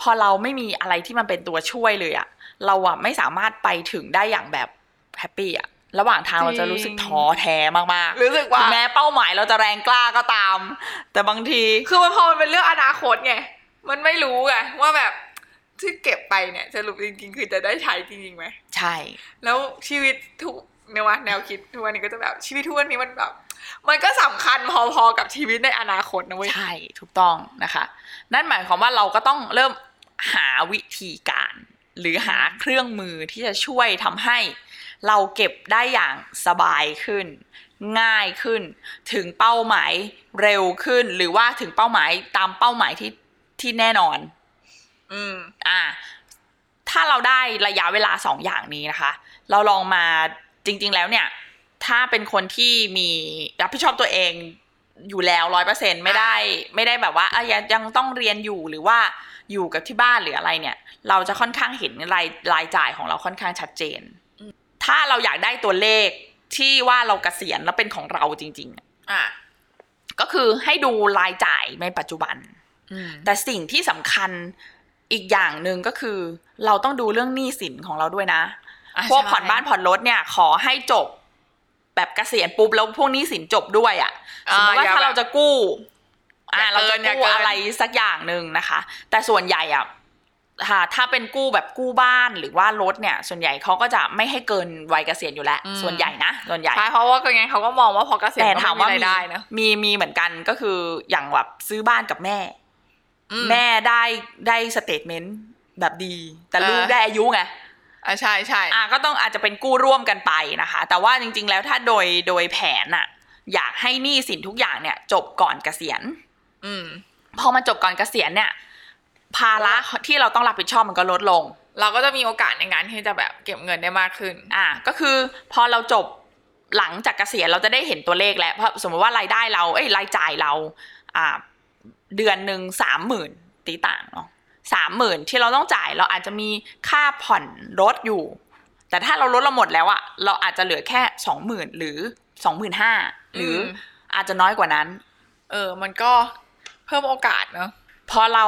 C: พอเราไม่มีอะไรที่มันเป็นตัวช่วยเลยอะเราอะไม่สามารถไปถึงได้อย่างแบบแฮปปี้อะระหว่างทาง
D: จริง
C: เราจะรู้สึกท้อแท้มาก
D: รู้สึก
C: ๆถึ
D: ว่า
C: งแม้เป้าหมายเราจะแรงกล้าก็ตาม แต่บางที
D: คือมันพอมันเป็นเรื่องอนาคตไง มันไม่รู้ไงว่าแบบที่เก็บไปเนี่ยสรุปจริงๆ คือจะได้ใช้จริงๆไหม
C: ใช่
D: แล้วชีวิตทุกเนยวะแนวคิดทุกวันนี้ก็จะแบบชีวิตทุกวันนี้มันแบบ มันก็สำคัญพอๆกับชีวิตในอนาคตนะเว้ย
C: ใช่ถูกต้องนะคะ นั่นหมายความว่าเราก็ต้องเริ่มหาวิธีการ หรือหาเครื่องมือที่จะช่วยทำให้เราเก็บได้อย่างสบายขึ้น ง่ายขึ้น ถึงเป้าหมายเร็วขึ้น หรือว่าถึงเป้าหมายตามเป้าหมายที่ที่แน่นอน
D: อืม
C: อ่าถ้าเราได้ระยะเวลาสองอย่างนี้นะคะ เราลองมาจริง ๆ แล้วเนี่ย ถ้าเป็นคนที่มีรับผิดชอบตัวเองอยู่แล้วร้อยเปอร์เซ็นไม่ได้ไม่ได้แบบว่าอ่ะยังยังต้องเรียนอยู่หรือว่าอยู่กับที่บ้านหรืออะไรเนี่ย เราจะค่อนข้างเห็นรายรายจ่ายของเราค่อนข้างชัดเจน ถ้าเราอยากได้ตัวเลขที่ว่าเราเกษียณแล้วเป็นของเราจริง ๆอะ
D: อ่ะ
C: ก็คือให้ดูรายจ่ายในปัจจุบัน
D: อืม
C: แต่สิ่งที่สำคัญอีกอย่างหนึ่งก็คือ เราต้องดูเรื่องหนี้สินของเราด้วยนะ
D: อ่ะ
C: พวก
D: ใช่
C: ผ่อนบ้านผ่อนรถเนี่ย ขอให้จบ แบบเกษียณปุ๊บแล้วพวกหนี้สินจบด้วยอ่ะส
D: อ่าม
C: มติว่า
D: อย่
C: ถ้า
D: แบบ
C: เราจะกู้ อ่า
D: อย่า
C: เราจะ
D: เกินอย่า
C: กู้
D: เกิน
C: อะไรสักอย่างหนึ่งนะคะ แต่ส่วนใหญ่อ่ะค่ะถ้าเป็นกู้แบบกู้บ้านหรือว่ารถเนี่ย ส่วนใหญ่เขาก็จะไม่ให้เกินวัยเกษียณอยู่แล้ว
D: อืม
C: ส่วนใหญ่นะส่วนใหญ่
D: ใช่เพราะว่าก็ไงเขาก็มองว่าพอเกษียณ
C: แต่
D: ก็
C: ถามว่า
D: ไรายได้นะ
C: มีมีเหมือนกันก็คืออย่างแบบซื้อบ้านกับแม่
D: อืม
C: แม่ได้ได้สเตทเมนต์แบบดี แต่
D: เออ
C: ลูกได้อายุไง
D: อ่ะใช่ใช่
C: อ่ะก็ต้องอาจจะเป็นกู้ร่วมกันไปนะคะ แต่ว่าจริง ๆ แล้วถ้าโดยโดยแผนอะอยากให้หนี้สินทุกอย่างเนี่ย จบก่อนเกษียณ
D: อืม
C: พอมันจบก่อนเกษียณเนี่ย ภาระที่เราต้องรับผิดชอบมันก็ลดลง
D: เราก็จะมีโอกาสในงานที่จะแบบเก็บเงินได้มากขึ้น
C: อ่ะก็คือพอเราจบหลังจากเกษียณเราจะได้เห็นตัวเลขแล้วเพราะสมมติว่ารายได้เราเอ้ยรายจ่ายเราอ่าเดือนหนึ่งสามหมื่นตีต่างเนาะสามหมื่นที่เราต้องจ่ายเราอาจจะมีค่าผ่อนรถอยู่ แต่ถ้าเราลดเราหมดแล้วอะเราอาจจะเหลือแค่สองหมื่นหรือสองหมื่นห้าหรืออ
D: ม
C: อาจจะน้อยกว่านั้น
D: เออ มันก็เพิ่มโอกาสเนอะ
C: พอเรา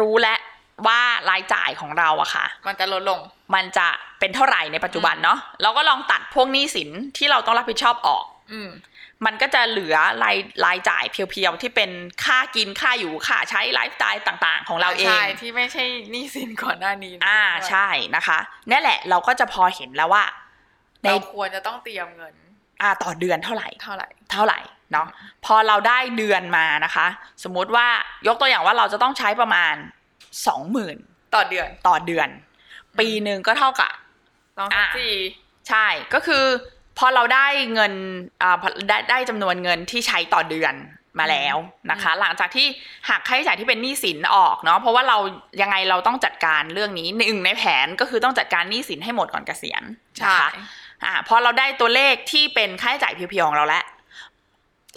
C: รู้แล้วว่ารายจ่ายของเราอะค่ะ
D: มันจะลดลง
C: มันจะเป็นเท่าไหร่ในปัจจุบันเนาะเราก็ลองตัดพวกหนี้สินที่เราต้องรับผิดชอบออก
D: อืม
C: มันก็จะเหลือรายรายจ่ายเพียวๆ ที่เป็นค่ากินค่าอยู่ค่าใช้ไลฟ์สไตล์ต่างๆ ของเราเอง
D: ใช่ที่ไม่ใช่หนี้สินก่อนหน้านี้นะ
C: อ่าใช่นะคะนี่นแหละเราก็จะพอเห็นแล้วว่าใน
D: เราควรจะต้องเตรียมเงิน
C: อ่าต่อเดือนเท่าไหร่
D: เท่าไหร่
C: เท่าไหร่เนาะพอเราได้เดือนมานะคะ สมมุติว่ายกตัวอย่างว่าเราจะต้องใช้ประมาณสองหมื่น
D: ต่อเดือน
C: ต่อเดือน ปีหนึ่งก็เท่ากับ
D: ลอง
C: อ่ะ
D: สี่
C: ใช่ก็คือพอเราได้เงินอ่าพอได้ได้จำนวนเงินที่ใช้ต่อเดือนมาแล้วนะคะ หลังจากที่หักค่าใช้จ่ายที่เป็นหนี้สินออกเนาะเพราะว่าเรายังไงเราต้องจัดการเรื่องนี้หนึ่งในแผนก็คือต้องจัดการหนี้สินให้หมดก่อนเกษียณ
D: ใช่
C: นะคะอ่าพอเราได้ตัวเลขที่เป็นค่าใช้จ่ายเพียวๆของเราแล้ว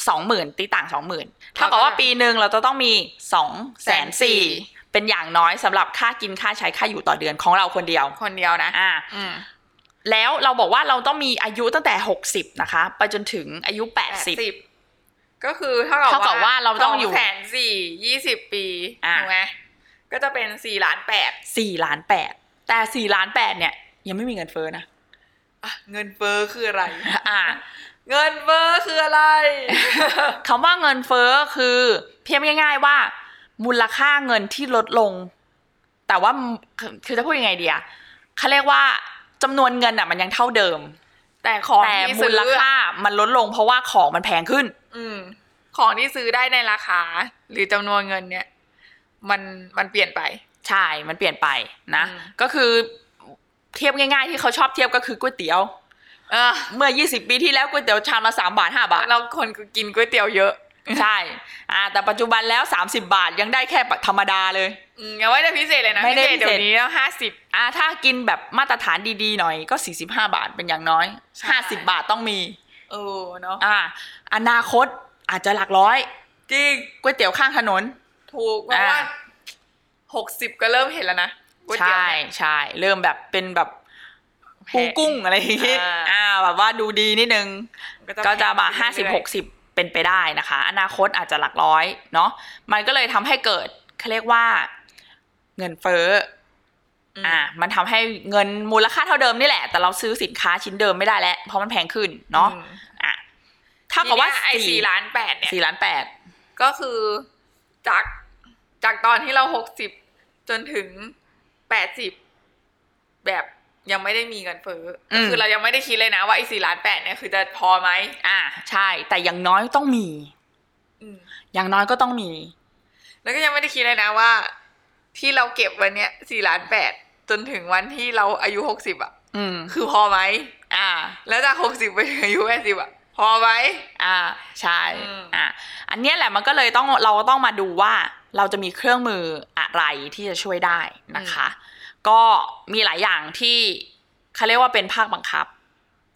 C: สองหมื่นตีต่างสองหมื่นเท่ากับว่าปีหนึ่งเราจะต้องมีสองแสนสี่ เป็นอย่างน้อยสำหรับค่ากินค่าใช้ค่าอยู่ต่อเดือนของเราคนเดียว
D: คนเดียวนะ
C: อ่า
D: อืม
C: แล้วเราบอกว่าเราต้องมีอายุตั้งแต่ 60 นะคะ ไปจนถึงอายุ 80
D: 80 ก็คือเท่ากับ
C: เท่ากับว่าเราต้องอยู่
D: แสนสี่ยี่สิบปี
C: อ่ะ
D: ถูกไหมก็จะเป็นสี่ล้านแปด
C: 4ล้าน8แต่ 4 ล้าน 8 เนี่ย ยังไม่มีเงินเฟ้อนะ
D: อ่ะเงินเฟ้อคืออะไร
C: อ่า
D: เงินเฟ้อคืออะไร
C: คำว่าเงินเฟ้อคือเพียงง่าย ๆว่า มูลค่าเงินที่ลดลง แต่ว่าคือคือจะพูดยังไงดีอะเขาเรียกว่าจำนวนเงินอ่ะมันยังเท่าเดิม
D: แต่ของ
C: แต่
D: ที่
C: มู
D: ซื้อ
C: ลค่ามันลดลง เพราะว่าของมันแพงขึ้น
D: อืม ของที่ซื้อได้ในราคา หรือจำนวนเงินเนี่ย มันมันเปลี่ยนไป
C: ใช่ มันเปลี่ยนไปนะ
D: อืม
C: ก็คือเทียบง่าย ๆ ที่เขาชอบเทียบก็คือก๋วยเตี๋ยว
D: เออ
C: เมื่อ 20 ปีที่แล้วก๋วยเตี๋ยวชามละ3บาท 5 บาท
D: เราคนกินก๋วยเตี๋ยวเยอะ
C: ใช่อ่าแต่ปัจจุบันแล้ว 30 บาทยังได้แค่ธรรมดาเลย
D: อืมยังไม่ได้พิเศษเลยนะ
C: ไม่ได้
D: พิเศษ
C: พิเศษ
D: เดี๋ยวนี้แล้วห้าสิบ
C: อ่าถ้ากินแบบมาตรฐานดีๆหน่อยก็ 45 บาทเป็นอย่างน้อย
D: ใช่
C: 50 บาทต้องมี
D: เออเนาะ
C: อ่าอนาคตอาจจะหลักร้อย
D: จริง
C: ก๋วยเตี๋ยวข้างถนน
D: ถูกเพราะว่า
C: อ่ะ
D: หกสิบก็เริ่มเห็นแล้วนะก๋วยเตี๋ยว
C: ใช่
D: เนี่ย
C: ใช่เริ่มแบบเป็นแบบปูกุ้งอะไรอย่างงี้
D: อ่า
C: อ่าแบบว่าดูดีนิดนึง ก็จะมาห้าสิบ
D: เรื่อยๆ
C: หกสิบเป็นไปได้นะคะ อนาคตอาจจะหลักร้อยเนาะมันก็เลยทำให้เกิดเขาเรียกว่าเงินเฟ้ออ
D: ม
C: อ่ามันทำให้เงินมูลค่าเท่าเดิมนี่แหละ แต่เราซื้อสินค้าชิ้นเดิมไม่ได้แล้ว เพราะมันแพงขึ้นเนาะ
D: อืม
C: อ่ะถ้ากับว่า
D: ทีเนี้ยไอ้สี่ล้านแปดเนี่ย
C: สี่ล้านแปด
D: ก็คือจากจากตอนที่เราหกสิบจนถึงแปดสิบแบบยังไม่ได้มีเงินเฟ้ออก็คือเรายังไม่ได้คิดเลยนะว่าไอ้สี่ล้านแปดเนี่ยคือจะพอไหม
C: อ่าใช่ แต่อย่างน้อยต้องมี
D: อืม
C: อย่างน้อยก็ต้องมี
D: แล้วก็ยังไม่ได้คิดเลยนะว่า ที่เราเก็บวันเนี้ยสี่ล้านแปดจนถึงวันที่เราอายุหกสิบอ่ะ
C: อืม
D: คือพอไหม
C: อ่า
D: แล้วจากหกสิบไปถึงอายุแปดสิบอ่ะ พอไหม
C: อ่าใช่
D: อืม
C: อ่าอันเนี้ยแหละมันก็เลยต้องเราก็ต้องมาดูว่าเราจะมีเครื่องมืออะไรที่จะช่วยได้นะคะ ก็มีหลายอย่างที่เขาเรียกว่าเป็นภาคบังคับ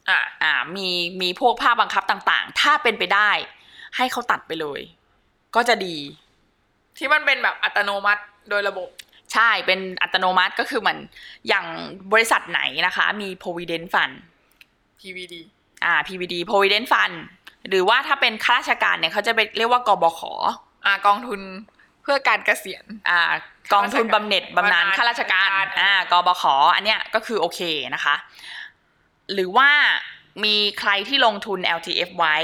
D: อ่ะ
C: อ่ามีมีพวกภาคบังคับต่างๆ ถ้าเป็นไปได้ ให้เขาตัดไปเลย ก็จะดี
D: ที่มันเป็นแบบอัตโนมัติโดยระบบ
C: ใช่เป็นอัตโนมัติก็คือเหมือนอย่างบริษัทไหนนะคะ มี provident fund
D: PVD
C: อ่า PVD provident fund หรือว่าถ้าเป็นข้าราชการเนี่ยเขาจะเป็นเรียกว่ากบข
D: อ่ะกองทุนเพื่อการเกษียณ
C: อ่ากองทุนบำเหน็จบำนาญ
D: บำนาญ
C: ข้าราชการ
D: ข้าราชการ
C: อ่ากบขอันเนี้ยก็คือโอเคนะคะ หรือว่ามีใครที่ลงทุน LTF ไว้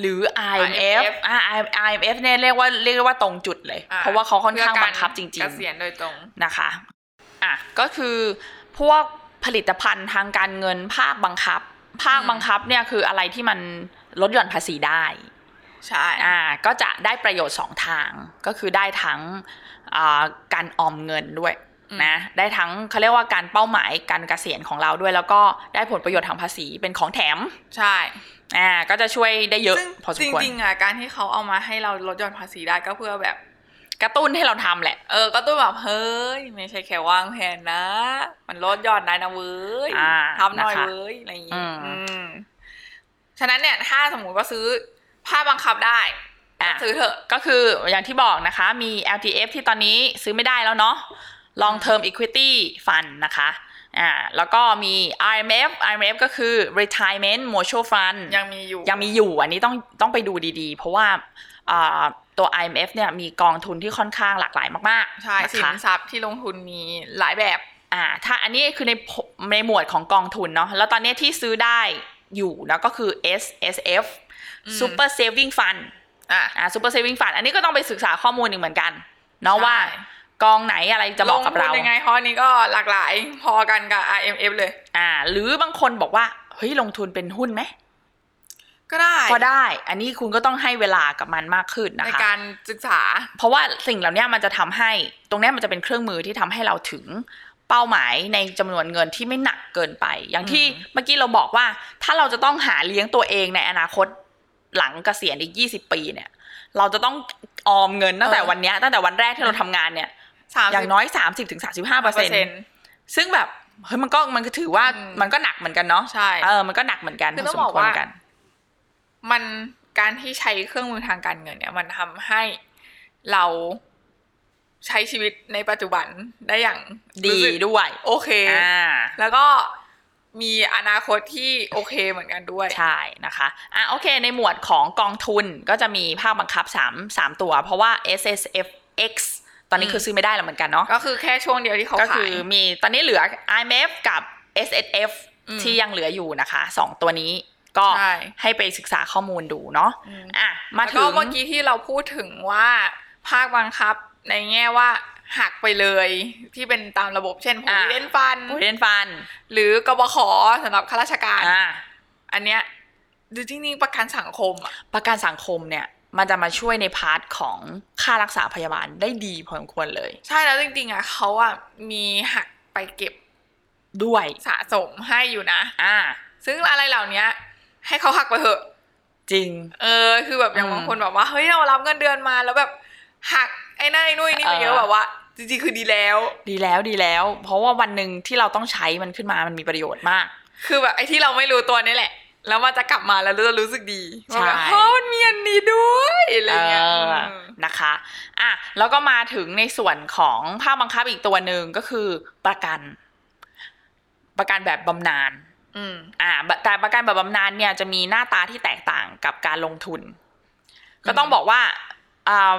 C: หรือ IMF อ่า IMF เนี่ยเรียกว่าเรียกได้ว่าตรงจุดเลย
D: อ่
C: เพราะว่าเขาค่อนข้าง
D: พื่ก
C: บังคับจริง
D: เกษียณโดยตรง
C: ๆนะคะอ่ะก็คือพวกผลิตภัณฑ์ทางการเงินภาคบังคับ ภาค
D: อืม
C: บังคับเนี่ยคืออะไรที่มันลดหย่อนภาษีได้
D: ใช่
C: อ่าก็จะได้ประโยชน์สองทางก็คือได้ทั้งอ่าการออมเงินด้วยนะได้ทั้งเขาเรียกว่าการเป้าหมายการเกษียณของเราด้วย แล้วก็ได้ผลประโยชน์ทางภาษีเป็นของแถม
D: ใช่
C: อ่าก็จะช่วยได้เยอะ
D: ซึ่ง
C: พอสม
D: จริง
C: ควร
D: ๆอ่ะการที่เขาเอามาให้เราลดหย่อนภาษีได้ก็เพื่อแบบ
C: กระตุ้นให้เราทำแหละ
D: เออก็ต้องแบบเฮ้ยไม่ใช่แค่วางแผนนะ มันลดหย่อนได้นะเว้ย
C: อ่า
D: ทำหน่อย
C: ะคะ
D: เว้ยอะไรอย่าง
C: อื
D: งี้
C: ม
D: อืมฉะนั้นเนี่ยถ้าสมมติว่าซื้อผ้าบังคับได้ก็
C: อ่ะ
D: ซื้อเถอะ
C: ก็คืออย่างที่บอกนะคะมี LTF ที่ตอนนี้ซื้อไม่ได้แล้วเนาะ Long Term Equity Fund นะคะอ่าแล้วก็มี RMF RMF ก็คือ Retirement Mutual Fund
D: ยังมีอยู่
C: ยังมีอยู่อันนี้ต้องต้องไปดูดีๆ เพราะว่าอ่าตัว IMF เนี่ยมีกองทุนที่ค่อนข้างหลากหลายมากๆ
D: ใช่
C: นะ
D: สิน
C: คะ
D: ทรัพย์ที่ลงทุนมีหลายแบบ
C: อ่าถ้าอันนี้คือในพในหมวดของกองทุนเนาะแล้วตอนนี้ที่ซื้อได้อยู่แล้วก็คือ S S F
D: อืม
C: Super Saving Fund
D: อ่ะ
C: อ่า Super Saving Fund อันนี้ก็ต้องไปศึกษาข้อมูลอีกเหมือนกันเนาะ
D: ใช่
C: ว่ากองไหนอะไรจะเหมาะกับเรา
D: ลงทุนยังไงฮอนี้ก็หลากหลายพอกันกับ IMF เลย
C: อ่าหรือบางคนบอกว่าเฮ้ยลงทุนเป็นหุ้นไหม
D: ก็ได้
C: ก็ได้ อันนี้คุณก็ต้องให้เวลากับมันมากขึ้นนะคะ
D: ในการศึกษา
C: เพราะว่าสิ่งเหล่าเนี้ยมันจะทำให้ตรงเนี้ยมันจะเป็นเครื่องมือที่ทำให้เราถึงเป้าหมายในจำนวนเงินที่ไม่หนักเกินไป อย่างที่
D: อืม
C: เมื่อกี้เราบอกว่า ถ้าเราจะต้องหาเลี้ยงตัวเองในอนาคตหลังเกษียณอีกยี่สิบปีเนี่ย เราจะต้องออมเงินตั้งแต่วันเนี้ยตั้งแต่วันแรกที่เราทำงานเนี่ย
D: สาม
C: อย่างน้อยสามสิบถึงสาสิบห้าเป
D: เป
C: อ
D: อ
C: ร์
D: ร์
C: เซ็น
D: เซ็นต์
C: ซึ่งแบบเฮ้ยมันก็มันก็ถือว่า
D: อืม
C: มันก็หนักเหมือนกันเนาะ
D: ใช่
C: เออมันก็หนักเหมือนกัน
D: คือ
C: พ
D: ต้อง
C: สม
D: บอก
C: ควร
D: ว่า
C: กัน
D: มันการที่ใช้เครื่องมือทางการเงินเนี่ย มันทำให้เรา ใช้ชีวิตในปัจจุบันได้อย่าง
C: ดี
D: รู้สึก
C: ด้วย
D: โอเค
C: อ่า
D: แล้วก็มีอนาคตที่โอเคเหมือนกันด้วย
C: ใช่นะคะ อ่ะโอเค ในหมวดของกองทุนก็จะมีภาคบังคับ3 3ตัว เพราะว่า S S F X ตอนนี้
D: อืม
C: คือซื้อไม่ได้แล้วเหมือนกันเนาะ
D: ก็คือแค่ช่วงเดียวที่เขา
C: ก็
D: ขา
C: คื
D: ย
C: อมีตอนนี้เหลือ I M F กับ S S F
D: อืม
C: ที่ยังเหลืออยู่นะคะ 2 ตัวนี้ก็
D: ใช่
C: ให้ไปศึกษาข้อมูลดูเนาะ
D: อืม
C: อ่ะ มา
D: แล้ว
C: ถึ
D: ก็
C: ง
D: เมื่อกี้ที่เราพูดถึงว่าภาคบังคับในแง่ว่าหักไปเลยที่เป็นตามระบบเช่นผู้
C: อ่า
D: เล่นฟัน
C: ผู้เรียนฟัน
D: หรือกบขสำหรับข้าราชการ
C: อ่ะ
D: อันเนี้ยดูจริงๆประกันสังคมอะ
C: ประกันสังคมเนี่ย มันจะมาช่วยในพาร์ทของค่ารักษาพยาบาลได้ดีพอสมควรเลย
D: ใช่แล้วจริงๆอะเขาอะมีหักไปเก็บ
C: ด้วย
D: สะสมให้อยู่นะ
C: อ่ะ
D: ซึ่งอะไรเหล่าเนี้ย ให้เขาหักไปเถอะ
C: จริง
D: เออคือแบบอย่าง
C: อืม
D: บางคนแบบว่าเฮ้ยเรารับเงินเดือนมาแล้วแบบหักไอ้นั่นไอ้นู่นไอ้นี่ไปเยอะ
C: เออ
D: แบบว่า จริงๆคือดีแล้ว
C: ดีแล้วดีแล้ว เพราะว่าวันหนึ่งที่เราต้องใช้มันขึ้นมามันมีประโยชน์มาก
D: คือแบบไอ้ที่เราไม่รู้ตัวนี่แหละ แล้วมันจะกลับมาแล้วเราจะรู้สึกดี
C: ใช่
D: ว่าแบบเฮ้ยมันมีอันนี้ด้วยอะไร
C: เอ
D: เงี้ย
C: อ
D: ม
C: นะคะอ่ะแล้วก็มาถึงในส่วนของภาคบังคับอีกตัวหนึ่งก็คือประกัน ประกันแบบบำนาญ
D: อืม
C: อ่าแต่ประกันแบบบำนาญเนี่ยจะมีหน้าตาที่แตกต่างกับการลงทุน ก็ต้องบอกว่าอ่า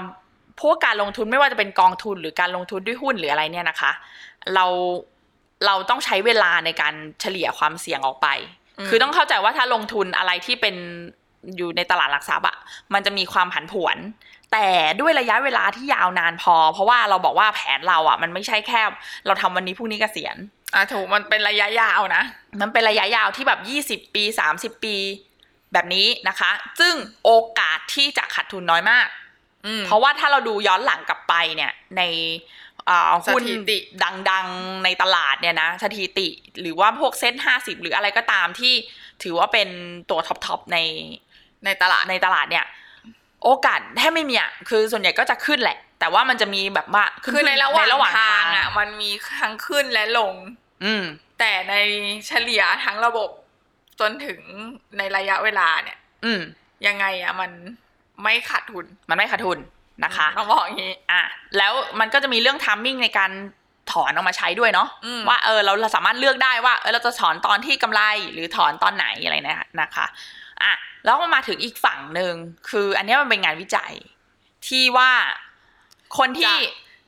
C: พวกการลงทุนไม่ว่าจะเป็นกองทุนหรือการลงทุนด้วยหุ้นหรืออะไรเนี่ยนะคะ เราเราต้องใช้เวลาในการเฉลี่ยความเสี่ยงออกไป
D: อืม
C: คือต้องเข้าใจว่าถ้าลงทุนอะไรที่เป็นอยู่ในตลาดหลักทรัพย์อะมันจะมีความผันผวน แต่ด้วยระยะเวลาที่ยาวนานพอ เพราะว่าเราบอกว่าแผนเราอะมันไม่ใช่แค่ เราทำวันนี้พรุ่งนี้เกษียณ
D: อ่ะถูกมันเป็นระยะยาวนะ
C: มันเป็นระยะยาวที่แบบ 20 ปี 30 ปีแบบนี้นะคะ ซึ่งโอกาสที่จะขาดทุนน้อยมาก
D: อืม
C: เพราะว่าถ้าเราดูย้อนหลังกลับไปเนี่ยในเอ่อหุ้น
D: สถิติ
C: ดังๆในตลาดเนี่ยนะสถิติหรือว่าพวกเซ็ตห้าสิบหรืออะไรก็ตามที่ถือว่าเป็นตัวท็อปๆใน
D: ในตลาด
C: ในตลาดเนี่ย โอกาสแทบไม่มีอ่ะคือส่วนใหญ่ก็จะขึ้นแหละ แต่ว่ามันจะมีแบบว่าขึ้
D: คือในระหว่างทางอ่ะ
C: อะ
D: มันมีทั้งขึ้นและลง
C: อืม
D: แต่ในเฉลี่ยทั้งระบบจนถึงในระยะเวลาเนี่ย
C: อืม
D: ยังไงอ่ะมันไม่ขาดทุน
C: มันไม่ขาดทุนนะคะ
D: ต้องบอกอย่างนี้
C: อ่ะแล้วมันก็จะมีเรื่องทัมมิ่งในการถอนออกมาใช้ด้วยเนาะ
D: อืม
C: ว่าเออเราเราสามารถเลือกได้ว่าเออเราจะถอนตอนที่กำไรหรือถอนตอนไหนอะไรนะนะคะอ่ะแล้วมันมาถึงอีกฝั่งหนึ่งคืออันเนี้ยมันเป็นงานวิจัย ที่ว่าคนที่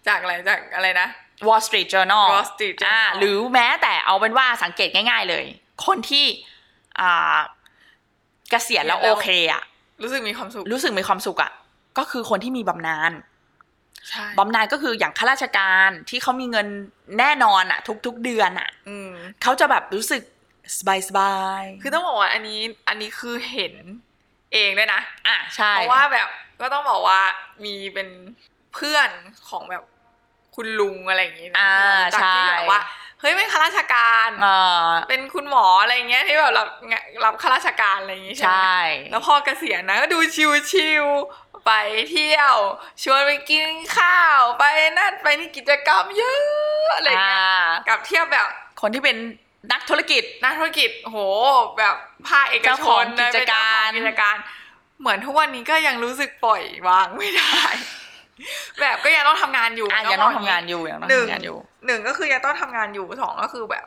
D: จากอะไรจากอะไรนะ
C: Wall Street Journal
D: Wall Street Journal
C: อ่าหรือแม้แต่เอาเป็นว่าสังเกตง่าย ๆเลย คนที่อ่าเกษียณแล้ว
D: เกษี
C: โอย
D: ณแล้ว
C: เคอะ
D: รู้สึกมีความสุข
C: รู้สึกมีความสุขอะก็คือคนที่มีบำนาญ
D: ใช่
C: บำนาญก็คืออย่างข้าราชการที่เขามีเงินแน่นอนอะทุกๆเดือนอะ
D: อืม
C: เขาจะแบบรู้สึกสบายสบายๆ
D: คือต้องบอกว่าอันนี้อันนี้คือเห็นเองด้วยนะ
C: อ่ะใช่
D: เพราะว่าแบบก็ต้องบอกว่ามีเป็นเพื่อนของแบบคุณลุงอะไรอย่างงี้นะ
C: อ่า
D: จากที่
C: ใช่
D: แบบว่าเฮ้ยเป็นข้าราชการ
C: เออ
D: เป็นคุณหมออะไรอย่างเงี้ยที่แบบรับงะรับข้าราชการอะไรอย่างงี้ใช่
C: ใช่
D: ไหมแล้วพอเกษียณนะก็ดูชิวๆไปเที่ยวชวนไปกินข้าวไปนั่นไปนี่กิจกรรมเยอะอะไรอย่างเงี้ย
C: อ่า
D: กับเทียบแบบ
C: คนที่เป็นนักธุรกิจ
D: นักธุรกิจโหแบบภาคเอก
C: เจ้า
D: ช
C: ของ
D: นนะ
C: กิจการ
D: เป็นเจ้ของกิจการ เหมือนทุกวันนี้ก็ยังรู้สึกปล่อยวางไม่ได้ [LAUGHS] แบบก็ยังต้องทำงานอยู่
C: อ่ะยังต้องทำงานอยู่ยังต้อง
D: หนึ่ง
C: ทำงานอยู่
D: หนึ่งก็คือยังต้องทำงานอยู่สองก็คือแบบ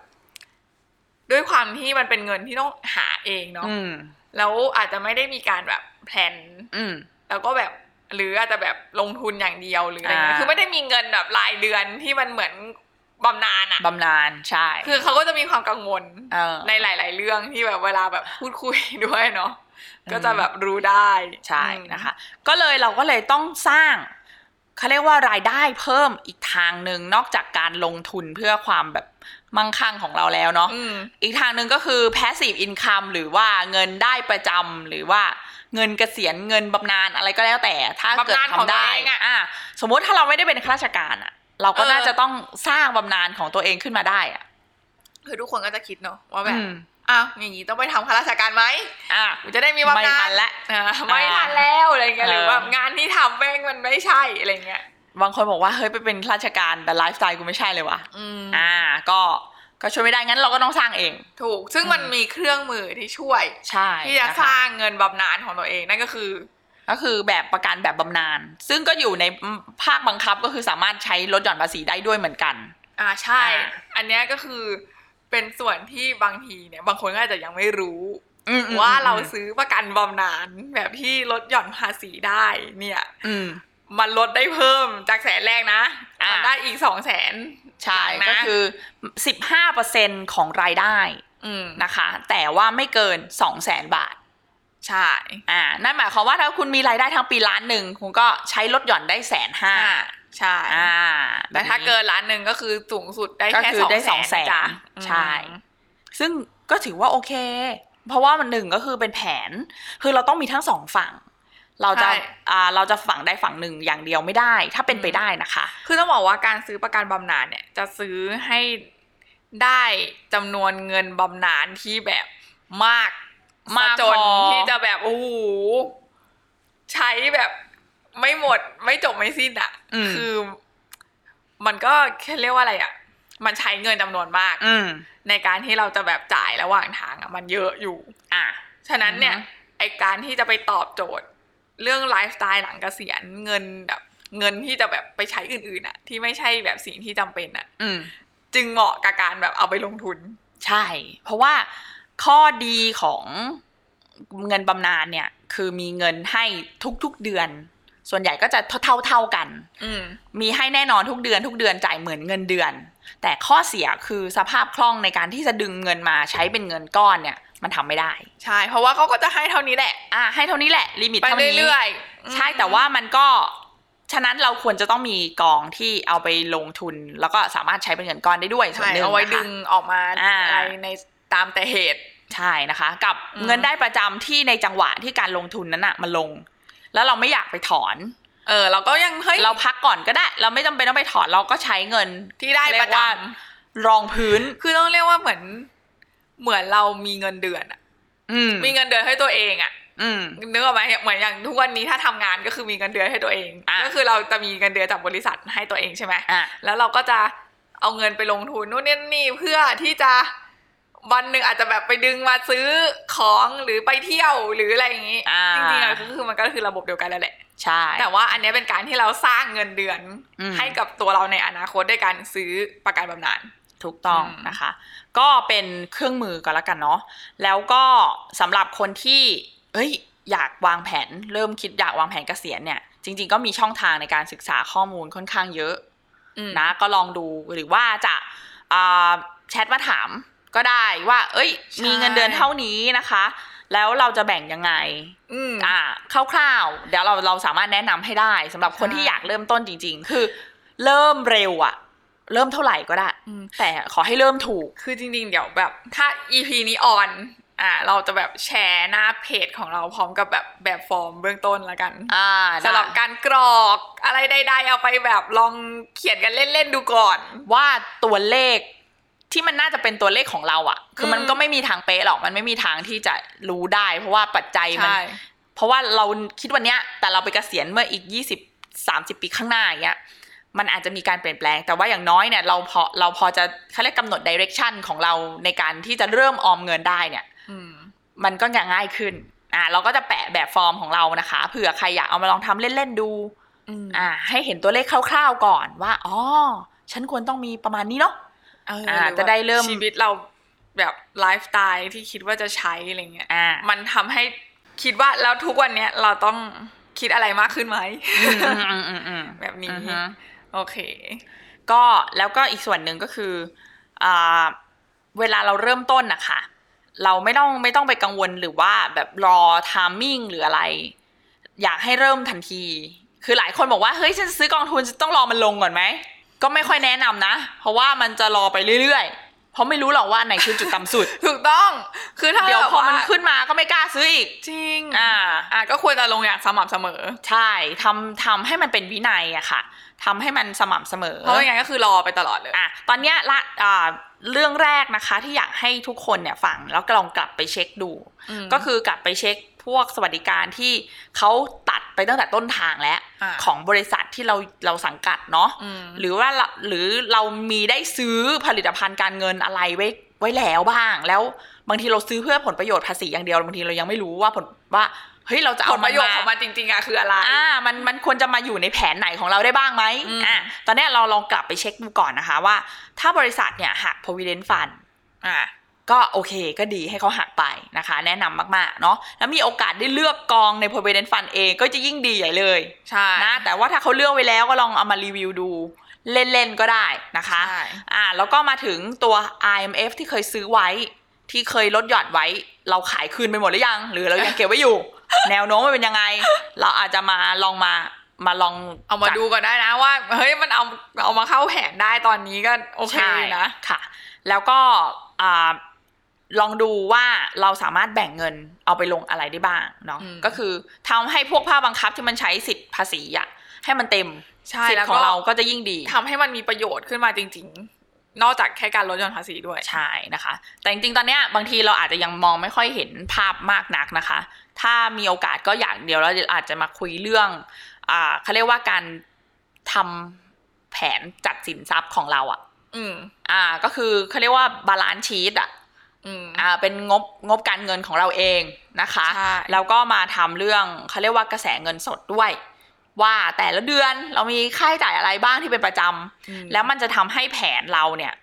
D: ด้วยความที่มันเป็นเงินที่ต้องหาเองเนาะ
C: อืม
D: แล้วอาจจะไม่ได้มีการแบบแผน
C: อืม
D: แล้วก็แบบ หรืออาจจะแบบลงทุนอย่างเดียวหรืออะไรเงี้ย
C: อ่า
D: คือไม่ได้มีเงินแบบรายเดือนที่มันเหมือนบำนาญอะ
C: บำนาญใช่
D: คือเขาก็จะมีความกังวล
C: เออ
D: ในหลาย ๆ เรื่องที่แบบเวลาแบบพูดคุย ด้วยเนาะ
C: อืม
D: ก็จะแบบรู้ได้
C: ใช่
D: อืม
C: นะคะ ก็เลยเราก็เลยต้องสร้างเขาเรียกว่ารายได้เพิ่มอีกทางหนึ่งนอกจากการลงทุนเพื่อความแบบมั่งคั่งของเราแล้วเนาะ
D: อืม
C: อีกทางหนึ่งก็คือ passive income หรือว่าเงินได้ประจำหรือว่าเงินเกษียณเงินบำนาญอะไรก็แล้วแต่ ถ้าเกิด
D: บำนาญของ
C: ทำได้
D: ตัวเองอะ
C: อ่ะสมมุติถ้าเราไม่ได้เป็นข้าราชการอ่ะ เราก็
D: เออ
C: น่าจะต้องสร้างบำนาญของตัวเองขึ้นมาได้อ่ะ
D: คือทุกคนก็จะคิดเนาะว่าแบบ
C: อืม
D: อ้าวอย่างนี้ต้องไปทำข้าราชการไหม
C: อ่ะ
D: กูจะได้มีบำ
C: ไม่
D: นา
C: ทั
D: ญ
C: นละ
D: อ่าไม่ทันแล้วอะไรเงี้ย
C: เออ
D: หรือว่างานที่ทำแม่งมันไม่ใช่อะไรเงี้ย
C: บางคนบอกว่าเฮ้ยไปเป็นข้าราชการแต่ไลฟ์สไตล์กูไม่ใช่เลยว่ะ
D: อืม
C: อ่า ก็ก็ช่วยไม่ได้งั้นเราก็ต้องสร้างเอง
D: ถูกซึ่งมันมีเครื่องมือที่ช่วย
C: ใช่
D: ที่จะ
C: นค
D: สร้างเงินบำนาญของตัวเองนั่นก็คือ
C: ก็คือแบบประกันแบบบำนาญซึ่งก็อยู่ในภาคบังคับก็คือสามารถใช้ลดหย่อนภาษีได้ด้วยเหมือนกัน
D: อ่าใช่
C: อ่า
D: อันเนี้ยก็คือเป็นส่วนที่บางทีเนี่ย บางคนก็อาจจะยังไม่รู้
C: อืมอืม
D: ว่าเรา
C: อืม
D: ซื้อประกันบำนาญแบบที่ลดหย่อนภาษีได้ เนี่ย
C: อืม
D: มันลดได้เพิ่มจากแสนแรกนะ
C: อ่ามั
D: มันได้อีกสองแสน
C: ใช่
D: นะ
C: ก็คือสิบห้าเปอร์เซ็นของรายได้
D: ม
C: นะคะ แต่ว่าไม่เกินสองแสนบาท
D: ใช่
C: อ่า นั่นหมายความว่าถ้าคุณมีรายได้ทั้งปีล้านหนึ่งคุณก็ใช้ลดหย่อนได้แสนห้า
D: อ่าใช่
C: อ่า
D: แต่ถ้าเกินล้านหนึ่งก็คือสูงสุดได้
C: ก็
D: แค่
C: คือ
D: สอง
C: ได้สอง
D: แส
C: แส
D: น
C: น
D: จ้ะ
C: ใช่
D: อืม
C: ซึ่งก็ถือว่าโอเค เพราะว่ามันหนึ่งก็คือเป็นแผน คือเราต้องมีทั้งสองฝั่ง เราจะอ่าเราจะฝั่งใดฝั่งหนึ่งอย่างเดียวไม่ได้ ถ้าเป็นไปได้นะคะ
D: คือต้องบอกว่าการซื้อประกันบำนาญเนี่ย จะซื้อให้ได้จำนวนเงินบำนาญที่แบบมาก
C: มาก
D: ซะจน
C: พอ
D: ที่จะแบบโอ้โหใช้แบบไม่หมดไม่จบไม่สิ้นอ่ะ คือ มันก็เรียกว่าอะไรอ่ะ มันใช้เงินจำนวนมาก
C: อืม
D: ในการที่เราจะแบบจ่ายระหว่างทางอ่ะ มันเยอะอยู่
C: อ่ะ
D: ฉะนั้นเนี่ย
C: อือฮึ
D: ไอการที่จะไปตอบโจทย์ เรื่องไลฟ์สไตล์หลังเกษียณเงินแบบเงินที่จะแบบไปใช้อื่นๆอ่ะ ที่ไม่ใช่แบบสิ่งที่จำเป็นอ่ะ
C: อืม
D: จึงเหมาะกับการแบบเอาไปลงทุน
C: ใช่ เพราะว่าข้อดีของเงินบำนาญเนี่ย คือมีเงินให้ทุกๆเดือน ส่วนใหญ่ก็จะเท่าๆกัน
D: อืม
C: มีให้แน่นอนทุกเดือนทุกเดือนจ่ายเหมือนเงินเดือน แต่ข้อเสียคือสภาพคล่องในการที่จะดึงเงินมาใช้เป็นเงินก้อนเนี่ย มันทำไม่ได้
D: ใช่ เพราะว่าเขาก็จะให้เท่านี้แหละ
C: อ่ะให้เท่านี้แหละลิมิต
D: ไป
C: เท่านี้
D: เรื่อยๆ
C: ใช่แต่ว่ามันก็ฉะนั้นเราควรจะต้องมีกองที่เอาไปลงทุน แล้วก็สามารถใช้เป็นเงินก้อนได้ด้วยส่ว
D: ใช่
C: นหนึ่ง
D: เอาไว้
C: นะคะ
D: ดึงออกมา
C: อ่า
D: อะไรในตามแต่เหตุ
C: ใช่นะคะ กับ
D: อืม
C: เงินได้ประจำที่ในจังหวะที่การลงทุนนั้นอะมาลง แล้วเราไม่อยากไปถอน
D: เออ เราก็ยังเฮ้ย
C: เราพักก่อนก็ได้ เราไม่จำเป็นต้องไปถอนเราก็ใช้เงิน
D: ที่ได้
C: เรีย
D: ประ
C: กว่า
D: จำ
C: รองพื้น
D: คือต้องเรียกว่าเหมือนเหมือนเรามีเงินเดือนอะ
C: อืม
D: มีเงินเดือนให้ตัวเองอะ
C: อืม
D: นึกออกไหมเหมือนอย่างทุกวันนี้ถ้าทำงานก็คือมีเงินเดือนให้ตัวเอง
C: อ่ะ
D: ก็คือเราจะมีเงินเดือนจากบริษัทให้ตัวเองใช่ไหม
C: อ่ะ
D: แล้วเราก็จะเอาเงินไปลงทุนนู่นนี่นี่เพื่อที่จะวันหนึ่งอาจจะแบบไปดึงมาซื้อของหรือไปเที่ยวหรืออะไรอย่างนี้
C: อ่า
D: จริงๆอะก็คือมันก็คือระบบเดียวกันแล้วแหละ
C: ใช่
D: แต่ว่าอันเนี้ยเป็นการที่เราสร้างเงินเดือน
C: อืม
D: ให้กับตัวเราในอนาคตด้วยการซื้อประกันบำนาญ
C: ถูกต้อง
D: อืม
C: นะคะ ก็เป็นเครื่องมือก็แล้วกันเนาะแล้วก็สำหรับคนที่เอ้ยอยากวางแผน เริ่มคิดอยากวางแผนเกษียณเนี่ย จริง ๆ ก็มีช่องทางในการศึกษาข้อมูลค่อนข้างเยอะ
D: อืม
C: นะก็ลองดูหรือว่าจะอ่าแชทมาถามก็ได้ว่า เอ้ย
D: ใช่
C: มีเงินเดือนเท่านี้นะคะ แล้วเราจะแบ่งยังไง
D: อืม
C: อ่าคร่าวๆ เดี๋ยวเราเราสามารถแนะนำให้ได้สำหรับคน
D: ใช่
C: ที่อยากเริ่มต้นจริง ๆ คือ เริ่มเร็วอะเริ่มเท่าไหร่ก็ได้
D: อืม
C: แต่ขอให้เริ่มถูก
D: คือจริงๆ เดี๋ยวแบบถ้า EP นี้ออน อ่า เราจะแบบแชร์หน้าเพจของเราพร้อมกับแบบแบบฟอร์มเบื้องต้นละกัน
C: อ่า
D: สำหรับ
C: ได้
D: การกรอกอะไรใดๆเอาไปแบบลองเขียนกันเล่นๆดูก่อน
C: ว่าตัวเลขที่มันน่าจะเป็นตัวเลขของเราอะคือมัน
D: อืม
C: ก็ไม่มีทางเป๊ะหรอกมันไม่มีทางที่จะรู้ได้ เพราะว่าปัจจัยมัน
D: ใช่
C: เพราะว่าเราคิดวันเนี้ย แต่เราไปเกษียณเมื่ออีกยี่สิบสามสิบปีข้างหน้าอย่างเงี้ยมันอาจจะมีการเปลี่ยนแปลง แต่ว่าอย่างน้อยเนี่ยเราพอเราพอจะเขาเรียกกำหนดดิเรกชันของเราในการที่จะเริ่มออมเงินได้เนี่ย
D: อืม
C: มันก็จะง่ายขึ้นอ่าเราก็จะแปะแบบฟอร์มของเรานะคะเผื่อใครอยากเอามาลองทำเล่น ๆ ดู
D: อืม
C: อ่าให้เห็นตัวเลขคร่าวๆก่อนว่าอ๋อฉันควรต้องมีประมาณนี้เนาะ
D: เออ
C: อ่า
D: หว่า
C: จะได้เริ่ม
D: ชีวิตเราแบบไลฟ์สไตล์ที่คิดว่าจะใช้อะไรเงี้ย
C: อ่า
D: มันทำให้คิดว่าแล้วทุกวันเนี้ยเราต้องคิดอะไรมากขึ้นไหม
C: อืมอืมอืมอืม
D: แบบนี้
C: อือฮึ
D: โอเค
C: ก็แล้วก็อีกส่วนหนึ่งก็คืออ่าเวลาเราเริ่มต้นนะคะเราไม่ต้องไม่ต้องไปกังวลหรือว่าแบบรอทามมิ่งหรืออะไร อยากให้เริ่มทันที คือหลายคนบอกว่าเฮ้ยฉันซื้อกองทุนฉันต้องรอมันลงก่อนไหมก็ไม่ค่อยแนะนำนะ เพราะว่ามันจะรอไปเรื่อยๆ เพราะไม่รู้หรอกว่าอันไหนคือจุดต่ำ [LAUGHS] สุด
D: ถูกต้อง คือถ้า
C: เดี๋ยว
D: แบบ
C: พอมัน
D: ว่า
C: ขึ้นมาก็ไม่กล้าซื้ออีก
D: จริง
C: อ่า
D: อ่ะก็ควรจะลงอย่างสม่ำเสมอ
C: ใช่ทำทำให้มันเป็นวินัยอะค่ะทำให้มันสม่ำเสมอ
D: เพราะไม่งั้นก็คือรอไปตลอดเลย
C: อ่ะตอนเนี้ยละอ่าเรื่องแรกนะคะที่อยากให้ทุกคนเนี่ยฟังแล้วก็ลองกลับไปเช็คดู
D: อืม
C: ก็คือกลับไปเช็คพวกสวัสดิการที่เขาตัดไปตั้งแต่ต้นทางแล้ว
D: อ่า
C: ของบริษัทที่เราเราสังกัดเนาะ
D: ม
C: หรือว่าเราหรือเรามีได้ซื้อผลิตภัณฑ์การเงินอะไรไว้ไว้แล้วบ้าง แล้วบางทีเราซื้อเพื่อผลประโยชน์ภาษีอย่างเดียวบางทีเรายังไม่รู้ว่าผลว่า เฮ้ยเราจะ
D: ผ
C: เอา
D: ลป
C: มั
D: ระ
C: น
D: โยชน์
C: มา
D: ของมันจริงๆอะคืออะไร
C: อ่ามันมันควรจะมาอยู่ในแผนไหนของเราได้บ้างไหม
D: อืม
C: อ่าตอนเนี้ยเราลองกลับไปเช็คดูก่อนนะคะว่า ถ้าบริษัทเนี่ยหัก provident fund อ่าก็โอเคก็ดีให้เขาหักไปนะคะ แนะนำมากๆเนาะแล้วมีโอกาสได้เลือกกองใน provident fund เองก็จะยิ่งดีใหญ่เลย
D: ใช่
C: นะแต่ว่าถ้าเขาเลือกไว้แล้วก็ลองเอามารีวิวดูเล่นๆก็ได้นะคะ
D: ใช่
C: อ่าแล้วก็มาถึงตัว IMF ที่เคยซื้อไว้ ที่เคยลดหย่อนไว้ เราขายคืนไปหมดหรือยัง หรือเรายังเก็บไว้
D: [LAUGHS]
C: อยู่ แนวโน้มมันเป็นยังไง เราอาจจะมาลองมามาลอง
D: เอามา
C: จั
D: ดูก่อนได้นะว่าเฮ้ยมันเอาเอามาเข้าแผนได้ตอนนี้ก็โอเค
C: ใช่
D: นะ
C: ค่ะ แล้วก็อ่าลองดูว่าเราสามารถแบ่งเงินเอาไปลงอะไรได้บ้างเนาะ
D: อืม
C: ก็คือทำให้พวกภาคบังคับที่มันใช้สิทธิภาษีอะให้มันเต็ม
D: ใช่
C: สิท
D: แล้ว
C: ธิ์ของ
D: ก็
C: เราก็จะยิ่งดี
D: ทำให้มันมีประโยชน์ขึ้นมาจริง ๆ นอกจากแค่การลดหย่อนภาษีด้วย
C: ใช่นะคะ แต่จริงๆ ตอนเนี้ยบางทีเราอาจจะยังมองไม่ค่อยเห็นภาพมากนักนะคะ ถ้ามีโอกาสก็อยากเดียวเราอาจจะมาคุยเรื่องอ่าเขาเรียกว่าการทำแผนจัดสินทรัพย์ของเราอ่ะ
D: อืม
C: อ่าก็คือเขาเรียกว่าบาลานซ์ชีตอ่ะ
D: อืม
C: อ่าเป็นงบงบการเงินของเราเองนะคะ
D: ใช่
C: แล้วก็มาทำเรื่องเขาเรียกว่ากระแสเงินสดด้วย ว่าแต่ละเดือนเรามีค่าใช้จ่ายอะไรบ้างที่เป็นประจำ
D: อืม
C: แล้วมันจะทำให้แผนเราเนี่ย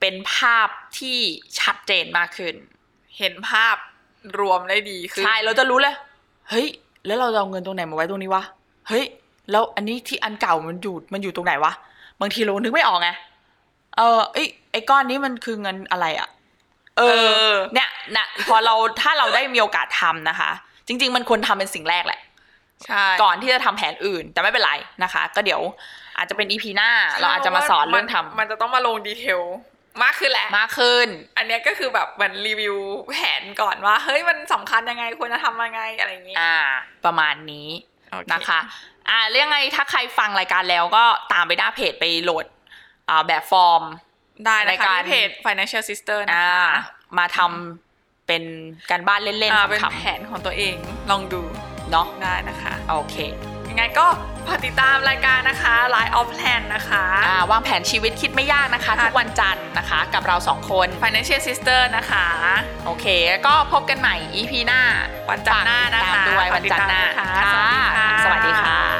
C: เป็นภาพที่ชัดเจนมากขึ้น
D: เห็นภาพรวมได้ดีขึ้น
C: ใช่เราจะรู้เลย เฮ้ย แล้วเราจะเอาเงินตรงไหนมาไว้ตรงนี้วะ เฮ้ย แล้วอันนี้ที่อันเก่ามันอยู่มันอยู่ตรงไหนวะ บางทีเรานึกไม่ออกไง เออไอยไอก้อนนี้มันคือเงินอะไรอะเอ
D: เอ
C: อ
D: อ
C: เนี่ยนะพอเราถ้าเราได้มีโอกาสทำนะคะ จริง ๆ มันควรทำเป็นสิ่งแรกแหละ
D: ใช่
C: ก่อนที่จะทำแผนอื่น แต่ไม่เป็นไรนะคะ ก็เดี๋ยวอาจจะเป็นอีพีหน้า เราอาจจะมาสอนเรื่องทำ
D: มันจะต้องมาลงดีเทลมากขึ้นแหละ
C: มากขึ้น
D: อันเนี้ยก็คือแบบเหมือนรีวิวแผนก่อนว่า เฮ้ยมันสำคัญยังไงควรจะทำยังไงอะไรอย่างงี้
C: อ่า ประมาณนี้
D: โอเ
C: นะคะ อ่าเรื่องไงถ้าใครฟังรายการแล้วก็ตามไปหน้าเพจไปโหลดอ่าแบบฟอร์ม
D: ได้
C: รา
D: นะ
C: ย
D: คะ
C: การ
D: ที่เพจ financial sister นะ
C: อ่า
D: คะ
C: มาทำเป็นการบ้านเล่น
D: อ่าเป็น
C: ๆขำ
D: แผนของตัวเองลองดู
C: ๆเนาะ
D: ได้นะคะ
C: โอเค
D: ยังไงก็ฝากติดตามรายการนะคะ Line of Plan นะคะ
C: อ่าวางแผนชีวิตคิดไม่ยากนะคะ
D: ค่ะ
C: ทุกวันจันทร์นะคะ กับเราสองคน
D: Financial Sister นะคะ
C: โอเค ก็พบกันใหม่ EP หน้า
D: วันจันทร์หน้านะคะ
C: ตามด้วย
D: ฝ
C: วันจันทร์หน้า
D: ติดตมะคะ
C: ค่ะส
D: ส
C: วั
D: วั
C: ส
D: ส
C: ดี
D: ดี
C: ค่
D: ค่ะ
C: ะ